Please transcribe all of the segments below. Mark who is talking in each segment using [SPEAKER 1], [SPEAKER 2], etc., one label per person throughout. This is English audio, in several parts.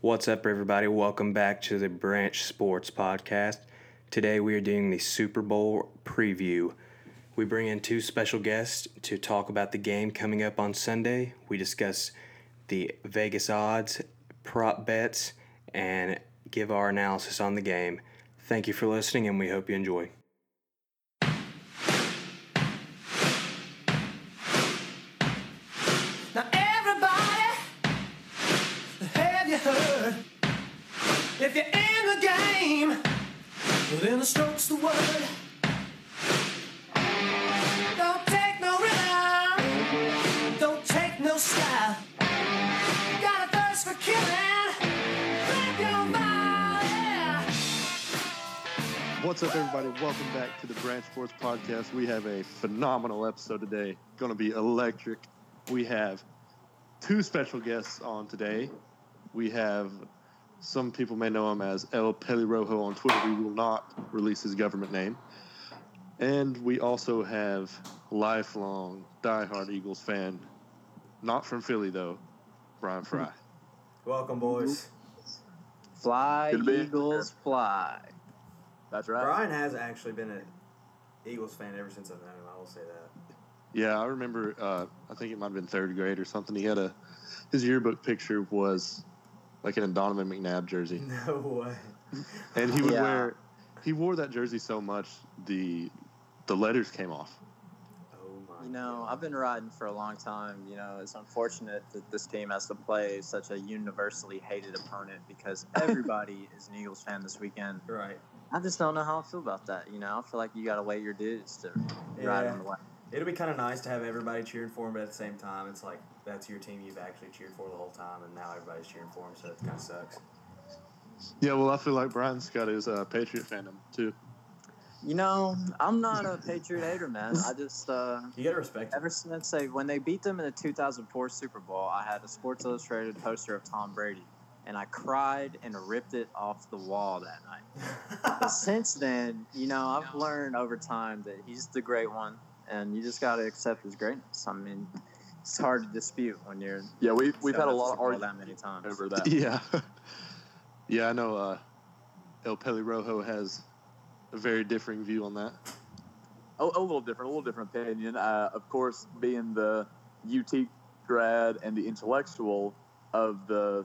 [SPEAKER 1] What's up, everybody? Welcome back to the Branch Sports Podcast. Today we are doing the Super Bowl preview. We bring in two special guests to talk about the game coming up on Sunday. We discuss the Vegas odds, prop bets, and give our analysis on the game. Thank you for listening, and we hope you enjoy.
[SPEAKER 2] Now everybody, have you heard? If you're in the game, well then the stroke's the word. Don't take no rhythm, don't take no style. Got a thirst for killing, grab your body.
[SPEAKER 3] What's up, everybody? Welcome back to the Branch Sports Podcast. We have a phenomenal episode today. Going to be electric. We have two special guests on today. We have some people may know him as El Pelirrojo on Twitter. We will not release his government name. And we also have lifelong diehard Eagles fan, not from Philly though, Brian Fry.
[SPEAKER 4] Welcome, boys.
[SPEAKER 5] Fly
[SPEAKER 3] Good to be
[SPEAKER 5] Eagles fly. That's right.
[SPEAKER 4] Uh, Brian has actually been an Eagles fan ever since I've known him. I will say that.
[SPEAKER 3] Yeah, I remember. Uh, I think it might have been third grade or something. He had a his yearbook picture was like in a Donovan McNabb jersey,
[SPEAKER 4] No way.
[SPEAKER 3] and he would
[SPEAKER 5] Yeah.
[SPEAKER 3] wear he wore that jersey so much the the letters came off.
[SPEAKER 4] Oh my.
[SPEAKER 5] You know,
[SPEAKER 4] God.
[SPEAKER 5] I've been riding for a long time. You know, it's unfortunate that this team has to play such a universally hated opponent because everybody is an Eagles fan this weekend.
[SPEAKER 4] right.
[SPEAKER 5] I just don't know how I feel about that. You know, I feel like you got to weigh your dues to ride
[SPEAKER 4] Yeah.
[SPEAKER 5] on the way.
[SPEAKER 4] It'll be kind of nice to have everybody cheering for him, but at the same time, it's like that's your team you've actually cheered for the whole time, and now everybody's cheering for him, so it kind of sucks.
[SPEAKER 3] Yeah, well, I feel like Brian's got his uh, Patriot fandom too.
[SPEAKER 5] You know, I'm not a Patriot hater, man. I just uh,
[SPEAKER 4] You gotta respect him.
[SPEAKER 5] Ever since they, when they beat them in the 2004 Super Bowl, I had a Sports Illustrated poster of Tom Brady, and I cried and ripped it off the wall that night.
[SPEAKER 4] Uh,
[SPEAKER 5] but since then, you know, I've learned over time that he's the great one, and you just got to accept his greatness. I mean, it's hard to dispute when you're.
[SPEAKER 6] Yeah, we, we've had a lot of
[SPEAKER 5] Super Bowl that
[SPEAKER 6] arguments
[SPEAKER 5] many times.
[SPEAKER 6] over that.
[SPEAKER 3] Yeah, yeah, I know. Uh, El Pelirrojo has a very differing view on that.
[SPEAKER 6] A, a little different, a little different opinion. Uh, of course, being the UT grad and the intellectual of the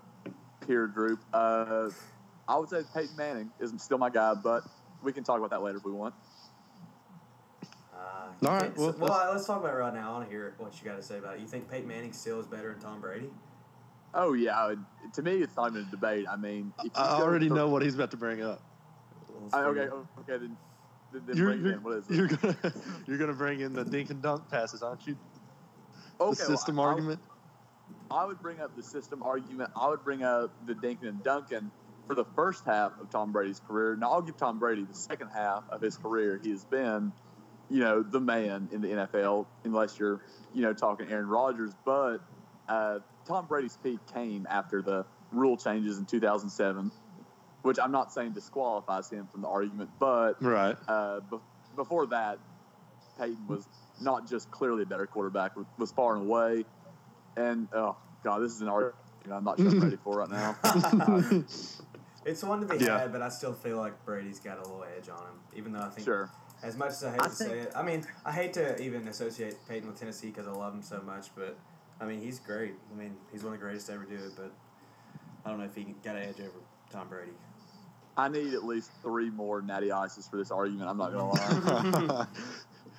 [SPEAKER 6] peer group, uh, I would say Peyton Manning is still my guy, but we can talk about that later if we want.
[SPEAKER 4] Uh,
[SPEAKER 3] All right,
[SPEAKER 4] okay, so-
[SPEAKER 3] well,
[SPEAKER 4] well,
[SPEAKER 3] let's-
[SPEAKER 4] uh, let's talk about it right now. I want to hear what you got to say about it. You think Peyton Manning still is better than Tom Brady?
[SPEAKER 6] Oh, yeah. I would- To me, it's not even a debate. I mean, if you
[SPEAKER 3] I
[SPEAKER 6] go
[SPEAKER 3] already
[SPEAKER 6] for-
[SPEAKER 3] know what he's about to bring up.
[SPEAKER 6] I, okay, okay, then, then, then
[SPEAKER 3] You're,
[SPEAKER 6] bring it
[SPEAKER 3] you're,
[SPEAKER 6] in. What is it?
[SPEAKER 3] you're gonna you're gonna bring in the dink and dunk passes, aren't you? The
[SPEAKER 6] Okay, well,
[SPEAKER 3] system
[SPEAKER 6] I- I-
[SPEAKER 3] argument.
[SPEAKER 6] I would bring up the system argument. I would bring up the Dinkin and Duncan for the first half of Tom Brady's career. Now I'll give Tom Brady the second half of his career. He has been, you know, the man in the NFL, unless you're, you know, talking Aaron Rodgers. But uh, Tom Brady's peak came after the rule changes in 2007, which I'm not saying disqualifies him from the argument, but
[SPEAKER 3] right.
[SPEAKER 6] uh, be- before that, Peyton was not just clearly a better quarterback, w- was far and away. And oh god, this is an argument I'm not sure I'm ready for right now.
[SPEAKER 4] It's one to be
[SPEAKER 3] Yeah.
[SPEAKER 4] had, but I still feel like Brady's got a little edge on him, even though I think
[SPEAKER 6] Sure,
[SPEAKER 4] As much as I hate
[SPEAKER 5] I
[SPEAKER 4] to
[SPEAKER 5] think-
[SPEAKER 4] say it, I mean, I hate to even associate Peyton with Tennessee because I love him so much, but I mean, he's great. I mean, he's one of the greatest to ever do it, but I don't know if he got an edge over Tom Brady.
[SPEAKER 6] I need at least three more natty ices for this argument. I'm not gonna lie.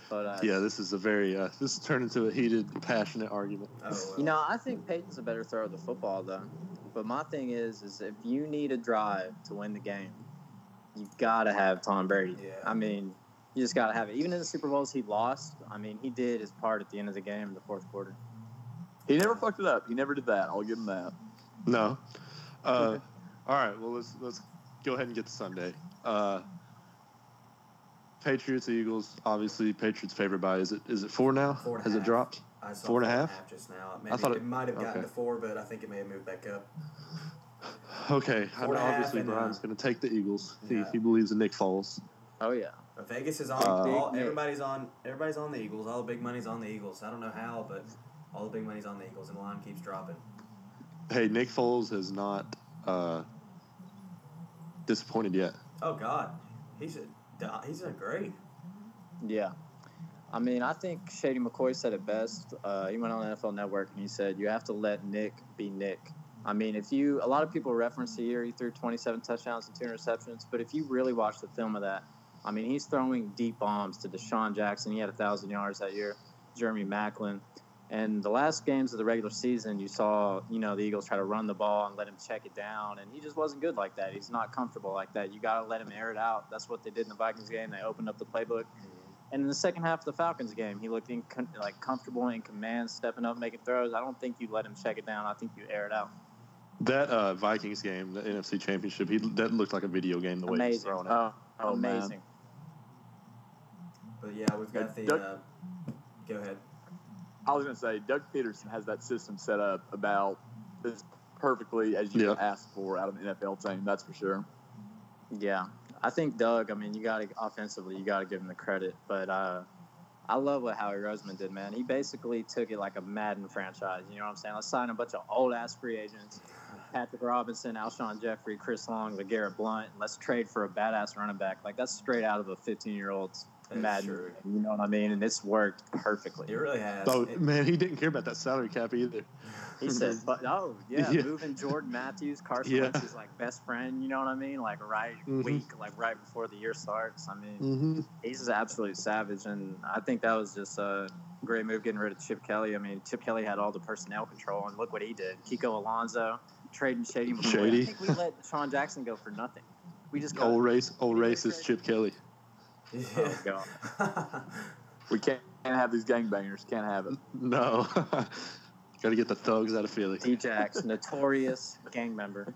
[SPEAKER 5] But uh,
[SPEAKER 3] yeah, this is a very uh, this turned into a heated, passionate argument.
[SPEAKER 4] Oh, well.
[SPEAKER 5] You know, I think Peyton's a better thrower of the football, though. But my thing is, is if you need a drive to win the game, you gotta have Tom Brady.
[SPEAKER 4] Yeah.
[SPEAKER 5] I mean, you just gotta have it. Even in the Super Bowls he lost, I mean, he did his part at the end of the game, in the fourth quarter.
[SPEAKER 6] he never fucked it up. He never did that. I'll give him that.
[SPEAKER 3] No. Uh, all right. Well, let's let's go ahead and get to Sunday. Uh, Patriots Eagles. Obviously, Patriots favored by is it is it four now?
[SPEAKER 4] Four and a
[SPEAKER 3] Has it
[SPEAKER 4] half.
[SPEAKER 3] dropped?
[SPEAKER 4] I saw
[SPEAKER 3] four and a half?
[SPEAKER 4] just now. Maybe, I
[SPEAKER 3] thought
[SPEAKER 4] it,
[SPEAKER 3] it-
[SPEAKER 4] might have gotten
[SPEAKER 3] okay.
[SPEAKER 4] to four, but I think it may have moved back up.
[SPEAKER 3] Okay.
[SPEAKER 4] Four and a half
[SPEAKER 3] obviously,
[SPEAKER 4] and, uh,
[SPEAKER 3] Brian's going to take the Eagles. He,
[SPEAKER 4] yeah.
[SPEAKER 3] he believes in Nick Foles.
[SPEAKER 5] Oh yeah.
[SPEAKER 4] But Vegas is on.
[SPEAKER 3] Uh,
[SPEAKER 4] all,
[SPEAKER 5] Big Nick.
[SPEAKER 4] everybody's on. Everybody's on the Eagles. All the big money's on the Eagles. I don't know how, but all the big money's on the Eagles, and the line keeps dropping.
[SPEAKER 3] Hey, Nick Foles has not uh, disappointed yet.
[SPEAKER 4] Oh God, he's a do- he's a great.
[SPEAKER 5] Yeah. I mean, I think Shady McCoy said it best. Uh, he went on NFL Network and he said, "You have to let Nick be Nick." I mean, if you a lot of people reference the year he threw 27 touchdowns and two interceptions, but if you really watch the film of that, I mean, he's throwing deep bombs to Deshaun Jackson. He had a thousand yards that year. Jeremy Macklin, and the last games of the regular season, you saw you know the Eagles try to run the ball and let him check it down, and he just wasn't good like that. He's not comfortable like that. You got to let him air it out. That's what they did in the Vikings game. They opened up the playbook. And in the second half of the Falcons game, he looked in, like comfortable in command, stepping up, making throws. I don't think you let him check it down. I think you air it out.
[SPEAKER 3] That uh, Vikings game, the NFC Championship, he that looked like a video game the way he was
[SPEAKER 5] Amazing.
[SPEAKER 3] throwing it.
[SPEAKER 6] Oh, oh, man.
[SPEAKER 5] Amazing.
[SPEAKER 4] But yeah, we've got the.
[SPEAKER 6] Doug-
[SPEAKER 4] Uh, go ahead.
[SPEAKER 6] I was going to say, Doug Peterson has that system set up about as perfectly as you
[SPEAKER 3] Yeah.
[SPEAKER 6] can ask for out of an NFL team. That's for sure.
[SPEAKER 5] Yeah, I think Doug. I mean, you got to offensively, you got to give him the credit. But uh, I love what Howie Roseman did, man. He basically took it like a Madden franchise. You know what I'm saying? Let's sign a bunch of old ass free agents: Patrick Robinson, Alshon Jeffrey, Chris Long, LeGarrette Blunt. Let's trade for a badass running back. Like that's straight out of a 15 year old's
[SPEAKER 4] That's
[SPEAKER 5] Madden.
[SPEAKER 4] true.
[SPEAKER 5] You know what I mean? And it's worked perfectly.
[SPEAKER 4] It really has.
[SPEAKER 3] Oh
[SPEAKER 4] It-
[SPEAKER 3] man, he didn't care about that salary cap either.
[SPEAKER 5] He said, but, "Oh yeah,
[SPEAKER 3] Yeah.
[SPEAKER 5] moving Jordan Matthews, Carson
[SPEAKER 3] Yeah.
[SPEAKER 5] Wentz is like best friend. You know what I mean? Like right
[SPEAKER 3] Mhm.
[SPEAKER 5] week, like right before the year starts. I mean,
[SPEAKER 3] Mm-hmm.
[SPEAKER 5] he's just absolutely savage, and I think that was just a great move getting rid of Chip Kelly. I mean, Chip Kelly had all the personnel control, and look what he did. Kiko Alonso trading Shady McCoy.
[SPEAKER 3] Shady.
[SPEAKER 5] I think we let Sean Jackson go for nothing. We just got
[SPEAKER 3] Old race, old racist Chip Kelly.
[SPEAKER 5] Oh,
[SPEAKER 4] yeah.
[SPEAKER 5] God.
[SPEAKER 6] We can't, can't have these gangbangers. Can't have it.
[SPEAKER 3] No, got to get the thugs out of Philly.
[SPEAKER 5] D-Jax, notorious gang member.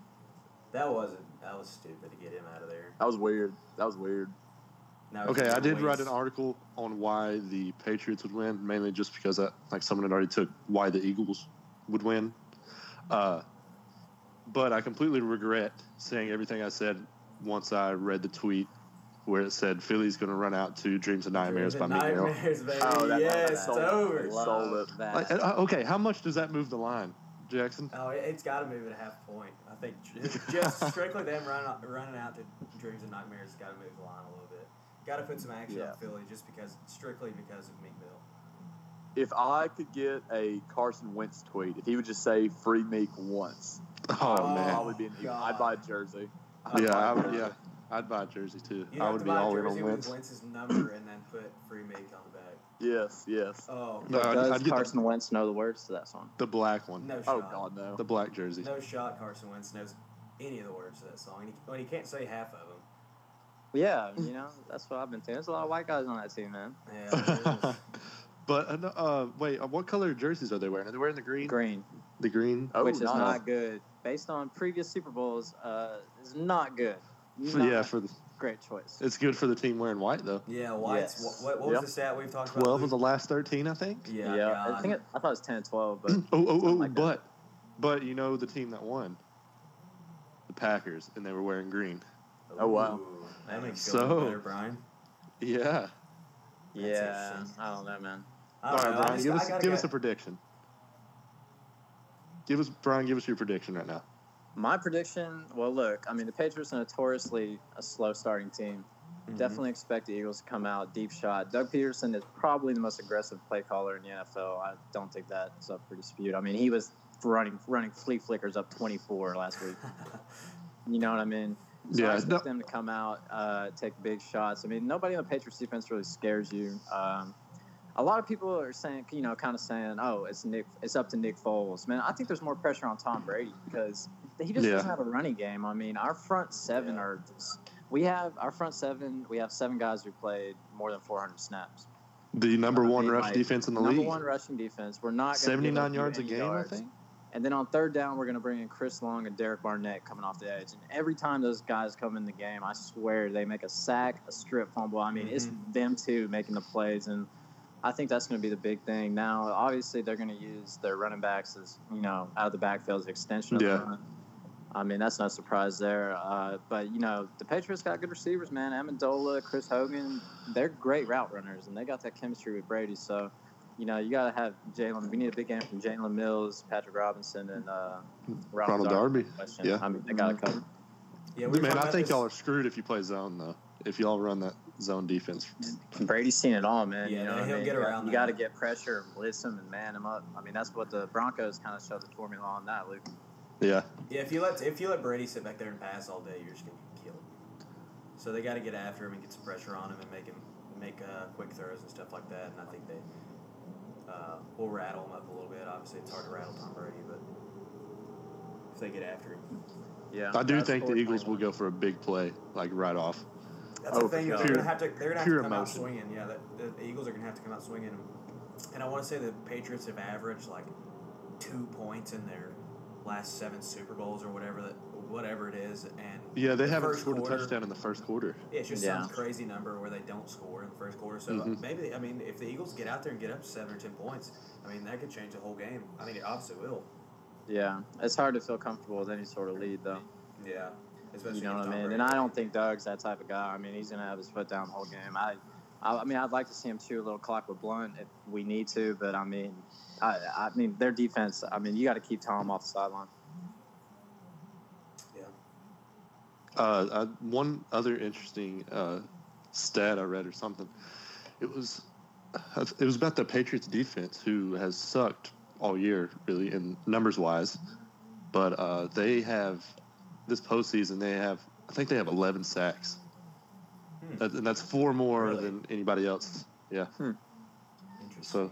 [SPEAKER 4] that wasn't. That was stupid to get him out of there.
[SPEAKER 6] That was weird. That was weird.
[SPEAKER 4] Now
[SPEAKER 3] Okay, I did write
[SPEAKER 4] waste.
[SPEAKER 3] an article on why the Patriots would win, mainly just because I, like someone had already took why the Eagles would win. Uh, but I completely regret saying everything I said once I read the tweet where it said Philly's going to run out to Dreams and Nightmares by me now.
[SPEAKER 4] Nightmares, baby.
[SPEAKER 6] Oh, that-
[SPEAKER 4] yes, it's
[SPEAKER 5] sold it.
[SPEAKER 4] over.
[SPEAKER 6] Sold it.
[SPEAKER 5] That.
[SPEAKER 3] Like, uh, okay, how much does that move the line, Jackson?
[SPEAKER 4] Oh, it- it's got to move at a half point. I think it's just strictly them running out, running out to dreams and nightmares got to move the line a little bit. Got to put some action
[SPEAKER 6] Yeah.
[SPEAKER 4] on Philly just because strictly because of Meek Mill.
[SPEAKER 6] If I could get a Carson Wentz tweet, if he would just say "Free Meek" once,
[SPEAKER 3] Oh,
[SPEAKER 4] Oh,
[SPEAKER 6] I'd
[SPEAKER 3] man.
[SPEAKER 6] probably be an Eagle.
[SPEAKER 4] God.
[SPEAKER 6] I'd buy a jersey.
[SPEAKER 3] Yeah,
[SPEAKER 6] buy a
[SPEAKER 3] I would,
[SPEAKER 6] jersey.
[SPEAKER 3] yeah, I'd buy a jersey too.
[SPEAKER 4] You'd
[SPEAKER 3] I
[SPEAKER 4] have
[SPEAKER 3] would
[SPEAKER 4] to
[SPEAKER 3] be
[SPEAKER 4] buy
[SPEAKER 3] all
[SPEAKER 4] a
[SPEAKER 3] in on
[SPEAKER 4] jersey with
[SPEAKER 3] Wentz.
[SPEAKER 4] Wentz's number and then put free Meek on the back.
[SPEAKER 6] Yes, yes.
[SPEAKER 4] Oh
[SPEAKER 3] No, I'd,
[SPEAKER 5] Does
[SPEAKER 3] I'd get
[SPEAKER 5] Carson
[SPEAKER 3] the,
[SPEAKER 5] Wentz know the words to that song?
[SPEAKER 3] the black one,
[SPEAKER 4] no shot.
[SPEAKER 6] Oh God, no.
[SPEAKER 3] the black jersey.
[SPEAKER 4] No shot. Carson Wentz knows any of the words to that song, and he, well, he can't say half of them.
[SPEAKER 5] Yeah, you know, that's what I've been saying. There's a lot of white guys on that team, man.
[SPEAKER 4] Yeah, it is.
[SPEAKER 3] But uh, no, uh, wait, uh, what color jerseys are they wearing? Are they wearing the green?
[SPEAKER 5] Green.
[SPEAKER 3] The green.
[SPEAKER 6] Oh,
[SPEAKER 5] which is
[SPEAKER 6] nice.
[SPEAKER 5] not good. Based on previous Super Bowls, uh, is not good.
[SPEAKER 3] For-
[SPEAKER 5] Not
[SPEAKER 3] yeah, for the,
[SPEAKER 5] great choice.
[SPEAKER 3] it's good for the team wearing white though.
[SPEAKER 4] yeah. White's
[SPEAKER 5] Yes.
[SPEAKER 4] what, what was
[SPEAKER 6] Yep.
[SPEAKER 4] the stat we've talked about?
[SPEAKER 3] Twelve of
[SPEAKER 4] Luke?
[SPEAKER 3] the last thirteen, I think.
[SPEAKER 4] Yeah, God.
[SPEAKER 5] I think it, I thought it was 10 and 12, but
[SPEAKER 3] oh, oh, oh!
[SPEAKER 5] something like that.
[SPEAKER 3] but, but you know the team that won, the Packers, and they were wearing green.
[SPEAKER 6] Oh, wow.
[SPEAKER 4] Ooh, that makes you feel
[SPEAKER 3] So-
[SPEAKER 4] better, Brian.
[SPEAKER 3] Yeah.
[SPEAKER 5] yeah,
[SPEAKER 4] interesting.
[SPEAKER 5] I don't know, man.
[SPEAKER 4] I
[SPEAKER 3] All
[SPEAKER 4] don't
[SPEAKER 3] right,
[SPEAKER 4] know, Oh, I
[SPEAKER 3] Brian,
[SPEAKER 4] just-
[SPEAKER 3] give
[SPEAKER 4] I
[SPEAKER 3] us
[SPEAKER 4] gotta
[SPEAKER 3] give
[SPEAKER 4] go-
[SPEAKER 3] us a prediction. Give us Brian, give us your prediction right now.
[SPEAKER 5] My prediction, well, look, I mean, the Patriots are notoriously a slow starting team.
[SPEAKER 4] Mhm.
[SPEAKER 5] Definitely expect the Eagles to come out deep shot. Doug Peterson is probably the most aggressive play caller in the NFL. I don't think that's up for dispute. I mean, he was running running flea flickers up 24 last week. You know what I mean? So
[SPEAKER 3] Yeah,
[SPEAKER 5] I expect
[SPEAKER 3] no-
[SPEAKER 5] them to come out, uh, take big shots. I mean, nobody on the Patriots defense really scares you. Um, a lot of people are saying, you know, kind of saying, "Oh, it's Nick. It's up to Nick Foles." Man, I think there's more pressure on Tom Brady because he just
[SPEAKER 3] Yeah.
[SPEAKER 5] doesn't have a running game. I mean, our front seven
[SPEAKER 4] Yeah.
[SPEAKER 5] are just. We have our front seven. We have seven guys who played more than 400 snaps.
[SPEAKER 3] The number
[SPEAKER 5] I
[SPEAKER 3] one
[SPEAKER 5] mean,
[SPEAKER 3] rush
[SPEAKER 5] like,
[SPEAKER 3] defense in the
[SPEAKER 5] Number
[SPEAKER 3] league.
[SPEAKER 5] one rushing defense. We're not gonna give up
[SPEAKER 3] Seventy-nine
[SPEAKER 5] you
[SPEAKER 3] yards a
[SPEAKER 5] any
[SPEAKER 3] game,
[SPEAKER 5] yards.
[SPEAKER 3] I think.
[SPEAKER 5] And then on third down, we're going to bring in Chris Long and Derek Barnett coming off the edge. And every time those guys come in the game, I swear they make a sack, a strip fumble. I mean, it's
[SPEAKER 3] Mm-hmm.
[SPEAKER 5] them two making the plays, and I think that's going to be the big thing. Now, obviously, they're going to use their running backs as you know out of the backfield as extension of
[SPEAKER 3] Yeah.
[SPEAKER 5] the run. I mean, that's no surprise there. Uh, but you know, the Patriots got good receivers, man. Amendola, Chris Hogan, they're great route runners, and they got that chemistry with Brady. So you know, you got to have Jalen. We need a big game from Jalen Mills, Patrick Robinson, and uh, Ronald,
[SPEAKER 3] Ronald Darby.
[SPEAKER 5] Question.
[SPEAKER 3] Yeah.
[SPEAKER 5] I mean, they got to cover.
[SPEAKER 4] Yeah, we were
[SPEAKER 3] Man,
[SPEAKER 4] talking
[SPEAKER 3] I
[SPEAKER 4] about
[SPEAKER 3] think
[SPEAKER 4] this-
[SPEAKER 3] y'all are screwed if you play zone though. If y'all run that zone defense,
[SPEAKER 5] Brady's seen it all, man.
[SPEAKER 4] Yeah,
[SPEAKER 5] you know
[SPEAKER 4] he'll
[SPEAKER 5] what I mean?
[SPEAKER 4] get around
[SPEAKER 5] You
[SPEAKER 4] that.
[SPEAKER 5] got to get pressure, and blitz him, and man him up. I mean, that's what the Broncos kind of showed the formula on that, Luke.
[SPEAKER 3] yeah,
[SPEAKER 4] Yeah, if you let if you let Brady sit back there and pass all day, you're just gonna get killed. So they got to get after him and get some pressure on him and make him make uh, quick throws and stuff like that. And I think they uh, will rattle him up a little bit. Obviously, it's hard to rattle Tom Brady, but if they get after him,
[SPEAKER 5] Yeah,
[SPEAKER 3] I do
[SPEAKER 5] That's
[SPEAKER 3] think the
[SPEAKER 5] four
[SPEAKER 3] Eagles will go
[SPEAKER 5] twenty-one.
[SPEAKER 3] for a big play like right off.
[SPEAKER 4] that's
[SPEAKER 6] Oh,
[SPEAKER 4] the thing. though.
[SPEAKER 6] for sure.
[SPEAKER 4] They're gonna have to they're gonna have to
[SPEAKER 3] Pure
[SPEAKER 4] come out
[SPEAKER 3] emotion.
[SPEAKER 4] swinging. Yeah, the, the Eagles are gonna have to come out swinging. And I want to say the Patriots have averaged like two points in their last seven Super Bowls or whatever that whatever it is. And
[SPEAKER 3] Yeah, they
[SPEAKER 4] the
[SPEAKER 3] haven't
[SPEAKER 4] first
[SPEAKER 3] scored a
[SPEAKER 4] quarter-
[SPEAKER 3] touchdown in the first quarter.
[SPEAKER 4] Yeah, it's just some
[SPEAKER 5] Yeah.
[SPEAKER 4] crazy number where they don't score in the first quarter. So
[SPEAKER 3] Mhm.
[SPEAKER 4] maybe I mean, if the Eagles get out there and get up seven or ten points, I mean that could change the whole game. I mean, it obviously will.
[SPEAKER 5] Yeah, it's hard to feel comfortable with any sort of lead, though.
[SPEAKER 4] Yeah, especially
[SPEAKER 5] You know what
[SPEAKER 4] against
[SPEAKER 5] I
[SPEAKER 4] Tom
[SPEAKER 5] mean?
[SPEAKER 4] Brady.
[SPEAKER 5] And I don't think Doug's that type of guy. I mean, he's gonna have his foot down the whole game. I, I, I mean, I'd like to see him chew a little clock with Blunt if we need to, but I mean, I, I mean, their defense. I mean, you got to keep Tom off the sideline.
[SPEAKER 4] Yeah,
[SPEAKER 3] Uh, I, one other interesting uh, stat I read or something, it was it was about the Patriots defense who has sucked all year really in numbers wise, but uh, they have this postseason they have I think they have 11 sacks,
[SPEAKER 4] Hmm.
[SPEAKER 3] that, and that's four more
[SPEAKER 4] Really?
[SPEAKER 3] than anybody else. Yeah,
[SPEAKER 4] interesting.